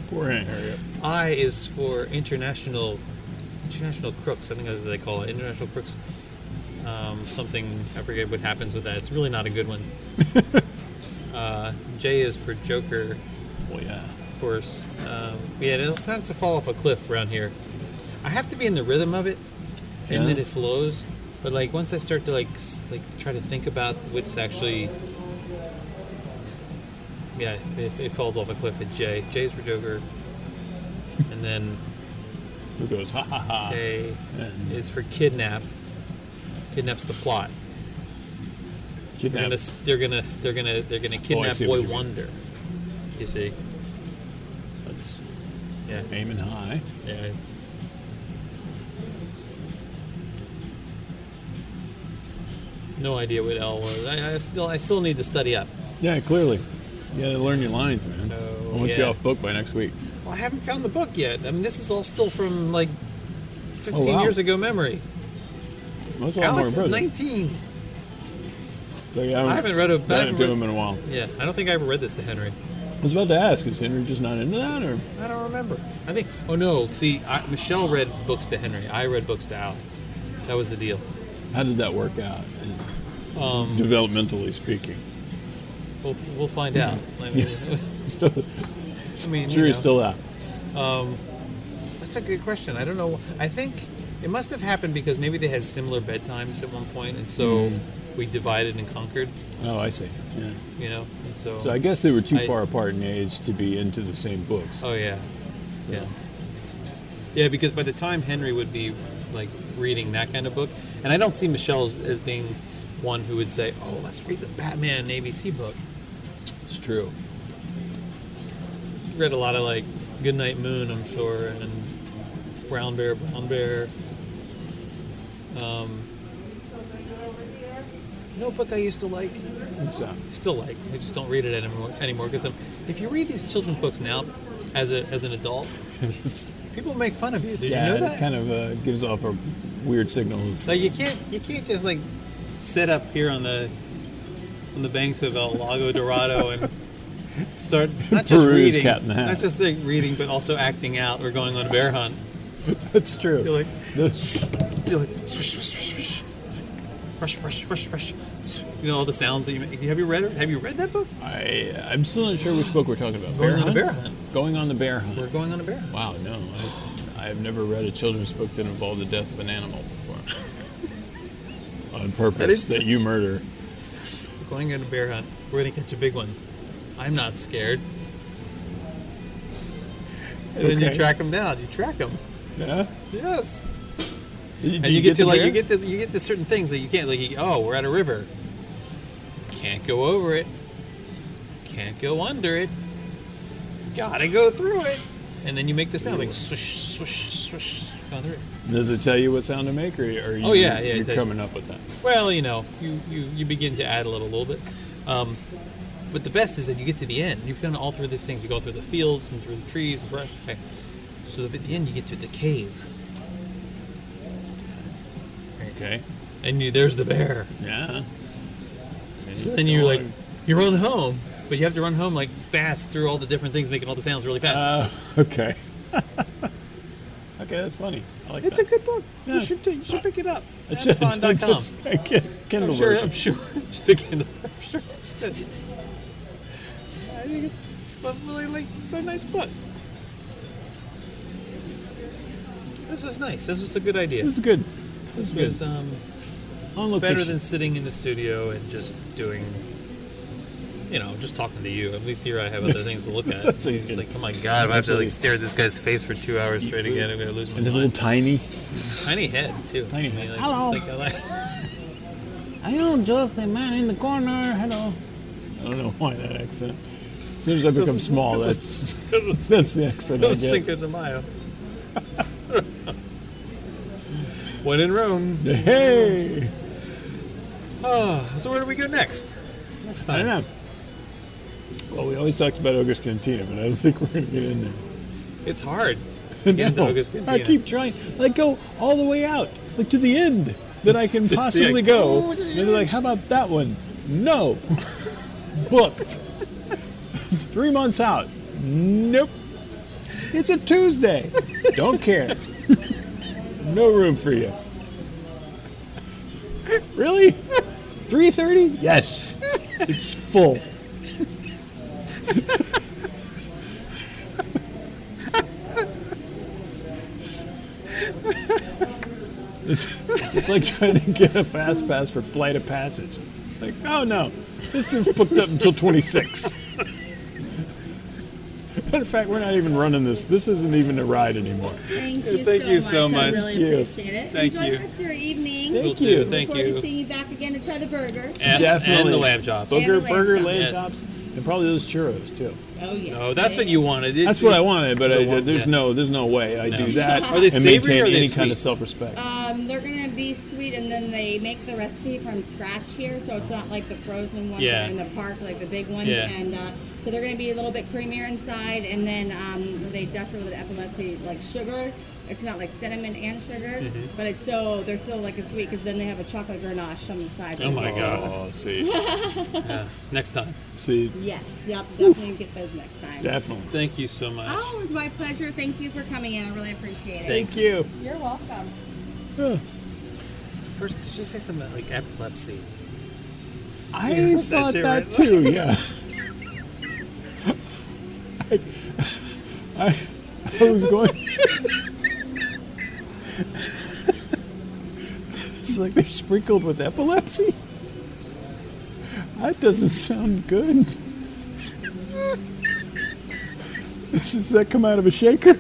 Speaker 2: Poor Aunt Harriet.
Speaker 1: I is for international, international crooks. I think that's what they call it. International crooks. Um, something I forget what happens with that. It's really not a good one. uh, J is for Joker.
Speaker 2: Well, yeah.
Speaker 1: course. Um, yeah, it starts to fall off a cliff around here. I have to be in the rhythm of it, and
Speaker 2: Yeah.
Speaker 1: then it flows. But like once I start to like s- like try to think about what's actually, yeah, it, it falls off a cliff at J. J's for Joker, and then
Speaker 2: Who goes ha ha ha?
Speaker 1: K
Speaker 2: And
Speaker 1: is for kidnap. Kidnaps the plot. They're
Speaker 2: kidnap.
Speaker 1: gonna s- they're gonna they're gonna they're gonna kidnap
Speaker 2: Oh, see what
Speaker 1: Boy
Speaker 2: you mean.
Speaker 1: Wonder. You see?
Speaker 2: That's
Speaker 1: Yeah.
Speaker 2: aiming high.
Speaker 1: Yeah. No idea what L was. I, I still, I still need to study up.
Speaker 2: Yeah, clearly. You gotta learn your lines, man.
Speaker 1: Oh,
Speaker 2: I want you
Speaker 1: yeah.
Speaker 2: off book by next week.
Speaker 1: Well, I haven't found the book yet. I mean, this is all still from like 15
Speaker 2: Oh, wow.
Speaker 1: years ago memory.
Speaker 2: Well, That's a lot more
Speaker 1: Alex is
Speaker 2: impressive.
Speaker 1: 19.
Speaker 2: Like,
Speaker 1: I haven't read a- I
Speaker 2: I
Speaker 1: haven't
Speaker 2: haven't done
Speaker 1: read-
Speaker 2: them in a while.
Speaker 1: Yeah, I don't think I ever read this to Henry.
Speaker 2: I was about to ask, is Henry just not into that, or
Speaker 1: I don't remember. I think. Oh no. See, I, Michelle read books to Henry. I read books to Alex. That was the deal.
Speaker 2: how did that work out?
Speaker 1: Um,
Speaker 2: Developmentally speaking,
Speaker 1: We'll, we'll find out. I mean,
Speaker 2: still,
Speaker 1: I mean, you
Speaker 2: jury's
Speaker 1: know.
Speaker 2: still out.
Speaker 1: That's a good question. I don't know. I think it must have happened because maybe they had similar bedtimes at one point, and so we divided and conquered.
Speaker 2: Oh, I see. Yeah.
Speaker 1: You know, and so.
Speaker 2: So I guess they were too
Speaker 1: I-
Speaker 2: far apart in age to be into the same books.
Speaker 1: oh yeah, yeah, yeah. Because by the time Henry would be like reading that kind of book, and I don't see Michelle as, as being one who would say, "Oh, let's read the Batman ABC book."
Speaker 2: It's true.
Speaker 1: Read a lot of like Goodnight Moon, I'm sure, and Brown Bear, Brown Bear. Um, You know, a book I used to like,
Speaker 2: What's that?
Speaker 1: still like. I just don't read it anymore anymore because if you read these children's books now, as a, as an adult, people make fun of you. Did
Speaker 2: yeah,
Speaker 1: you know that?
Speaker 2: it kind of uh, gives off a weird signal.
Speaker 1: Like you can't you can't just like sit up here on the on the banks of El Lago Dorado and start not just
Speaker 2: Peruse
Speaker 1: reading,
Speaker 2: Cat in the Hat.
Speaker 1: not just like reading, but also acting out or going on a bear hunt.
Speaker 2: That's true.
Speaker 1: You're like,
Speaker 2: That's-
Speaker 1: you're like, swish, swish, swish, swish, brush, brush, brush, brush. You know all the sounds that you make. Have you read it? Have you read that book?
Speaker 2: I, I'm still not sure which book we're talking about.
Speaker 1: Going
Speaker 2: bear
Speaker 1: on a
Speaker 2: hunt?
Speaker 1: bear hunt.
Speaker 2: Going on the bear hunt.
Speaker 1: We're going on a bear hunt.
Speaker 2: Wow, no, I've, I've never read a children's book that involved the death of an animal before. On purpose,
Speaker 1: is-
Speaker 2: that you murder.
Speaker 1: We're going on a bear hunt. We're gonna catch a big one. I'm not scared. And then you
Speaker 2: Okay.
Speaker 1: track them down. You track them.
Speaker 2: Yeah.
Speaker 1: Yes.
Speaker 2: Do you,
Speaker 1: and you, get, to like
Speaker 2: bear?
Speaker 1: you get to you get to certain things that you can't like. You, oh, we're at a river. Can't go over it. Can't go under it. Gotta go through it. And then you make the sound like swish, swish, swish. Go through it.
Speaker 2: Does it tell you what sound to make, or are you?
Speaker 1: Oh, yeah, yeah, it
Speaker 2: You're
Speaker 1: does.
Speaker 2: coming up with that.
Speaker 1: Well, you know, you you, you begin to add a little, little bit. Um, but the best is that you get to the end. You've done all through these things. You go through the fields and through the trees. And brush. Okay. So at the end, you get to the cave,
Speaker 2: Okay.
Speaker 1: and you, there's the bear.
Speaker 2: Yeah.
Speaker 1: So then you like you run home, but you have to run home like fast through all the different things, making all the sounds really fast.
Speaker 2: Uh, okay. okay, that's funny. I like
Speaker 1: it's a
Speaker 2: that.
Speaker 1: good book. You
Speaker 2: Yeah.
Speaker 1: should do- you should pick it up.
Speaker 2: It's just-
Speaker 1: Amazon.com.
Speaker 2: it's just- Kindle
Speaker 1: I'm sure.
Speaker 2: version.
Speaker 1: I'm sure. the Kindle. I'm sure it exists. I think it's, it's a really like it's a nice book. This was nice. This was a good idea.
Speaker 2: This is good. This is
Speaker 1: It was
Speaker 2: good.
Speaker 1: um,
Speaker 2: On location.
Speaker 1: better than sitting in the studio and just doing, you know, just talking to you. At least here I have other things to look at.
Speaker 2: That's what you
Speaker 1: it's
Speaker 2: can-
Speaker 1: like, oh my god, if I have to like stare at this guy's face for two hours straight
Speaker 2: food.
Speaker 1: again, I'm gonna lose my
Speaker 2: And this
Speaker 1: mind.
Speaker 2: little tiny.
Speaker 1: tiny head too.
Speaker 2: Tiny head.
Speaker 1: Like,
Speaker 2: Hello.
Speaker 1: It's like, I like,
Speaker 2: I am just a man in the corner. Hello. I don't know why that accent. As soon as I become
Speaker 1: is-
Speaker 2: small,
Speaker 1: this
Speaker 2: that's that's the accent I get.
Speaker 1: Cinco de Mayo. when in Rome.
Speaker 2: Hey,
Speaker 1: Oh, so where do we go next? Next time.
Speaker 2: I don't know. Well, we always talked about Ogre's Cantina, but I don't think we're going to get in there.
Speaker 1: It's hard. Yeah,
Speaker 2: No.
Speaker 1: Ogre's Cantina.
Speaker 2: I keep trying. Like, go all the way out, like to the end that I can possibly go.
Speaker 1: go
Speaker 2: And
Speaker 1: Oh, to the
Speaker 2: they're like, how about that one? No. Booked. Three months out. Nope. It's a Tuesday. Don't care. no room for you. Really? 3:30? Yes. It's full. It's, it's like trying to get a fast pass for Flight of Passage. It's like, oh no, this is booked up until 26. Matter of fact, we're not even running this. This isn't even a ride anymore.
Speaker 3: Thank you,
Speaker 1: Thank
Speaker 3: so,
Speaker 1: you
Speaker 3: much.
Speaker 1: so
Speaker 3: I
Speaker 1: much.
Speaker 3: really
Speaker 2: Thank you.
Speaker 3: appreciate it.
Speaker 1: Thank
Speaker 3: Enjoy
Speaker 1: you.
Speaker 3: the rest of your evening.
Speaker 2: Thank
Speaker 1: Will do.
Speaker 2: you.
Speaker 1: Thank
Speaker 3: Look forward
Speaker 1: you.
Speaker 3: to seeing you back again to try the burger.
Speaker 1: F and
Speaker 2: Definitely.
Speaker 1: the lamb chop.
Speaker 3: Okay.
Speaker 2: Booger,
Speaker 3: lamb
Speaker 2: burger,
Speaker 3: chops.
Speaker 2: lamb
Speaker 1: Yes.
Speaker 2: chops, and probably those churros too.
Speaker 3: Oh yeah.
Speaker 1: No, that's what you wanted. It-
Speaker 2: That's what I wanted, but I,
Speaker 1: one-
Speaker 2: there's
Speaker 1: yeah.
Speaker 2: no, there's no way I do that
Speaker 1: Are they
Speaker 2: and
Speaker 1: savory
Speaker 2: maintain
Speaker 1: or are they
Speaker 2: any kind of
Speaker 1: sweet?
Speaker 2: self-respect.
Speaker 3: Um, they're gonna be sweet, and then they make the recipe from scratch here, so it's not like the frozen ones
Speaker 1: Yeah.
Speaker 3: in the park, like the big ones.
Speaker 1: Yeah.
Speaker 3: And uh, so they're gonna be a little bit creamier inside, and then um, they dust it with epilepsy like sugar. It's not like cinnamon and sugar,
Speaker 1: Mm-hmm.
Speaker 3: but it's so they're still like a sweet because then they have a chocolate ganache on the side.
Speaker 1: Oh my god.
Speaker 2: Oh, see,
Speaker 1: Yeah. Next time.
Speaker 2: see,
Speaker 3: Yes. Yep. Definitely get those next time.
Speaker 2: definitely.
Speaker 1: Thank you so much.
Speaker 3: Oh, it was my pleasure. Thank you for coming in. I really appreciate it.
Speaker 2: Thank you.
Speaker 3: You're welcome.
Speaker 2: Huh.
Speaker 1: First, did you say something about, like epilepsy?
Speaker 2: I
Speaker 1: Yeah, that's
Speaker 2: thought
Speaker 1: it,
Speaker 2: that
Speaker 1: right?
Speaker 2: too. Yeah. I, I, I was going. it's like they're sprinkled with epilepsy. That doesn't sound good. Does that come out of a shaker?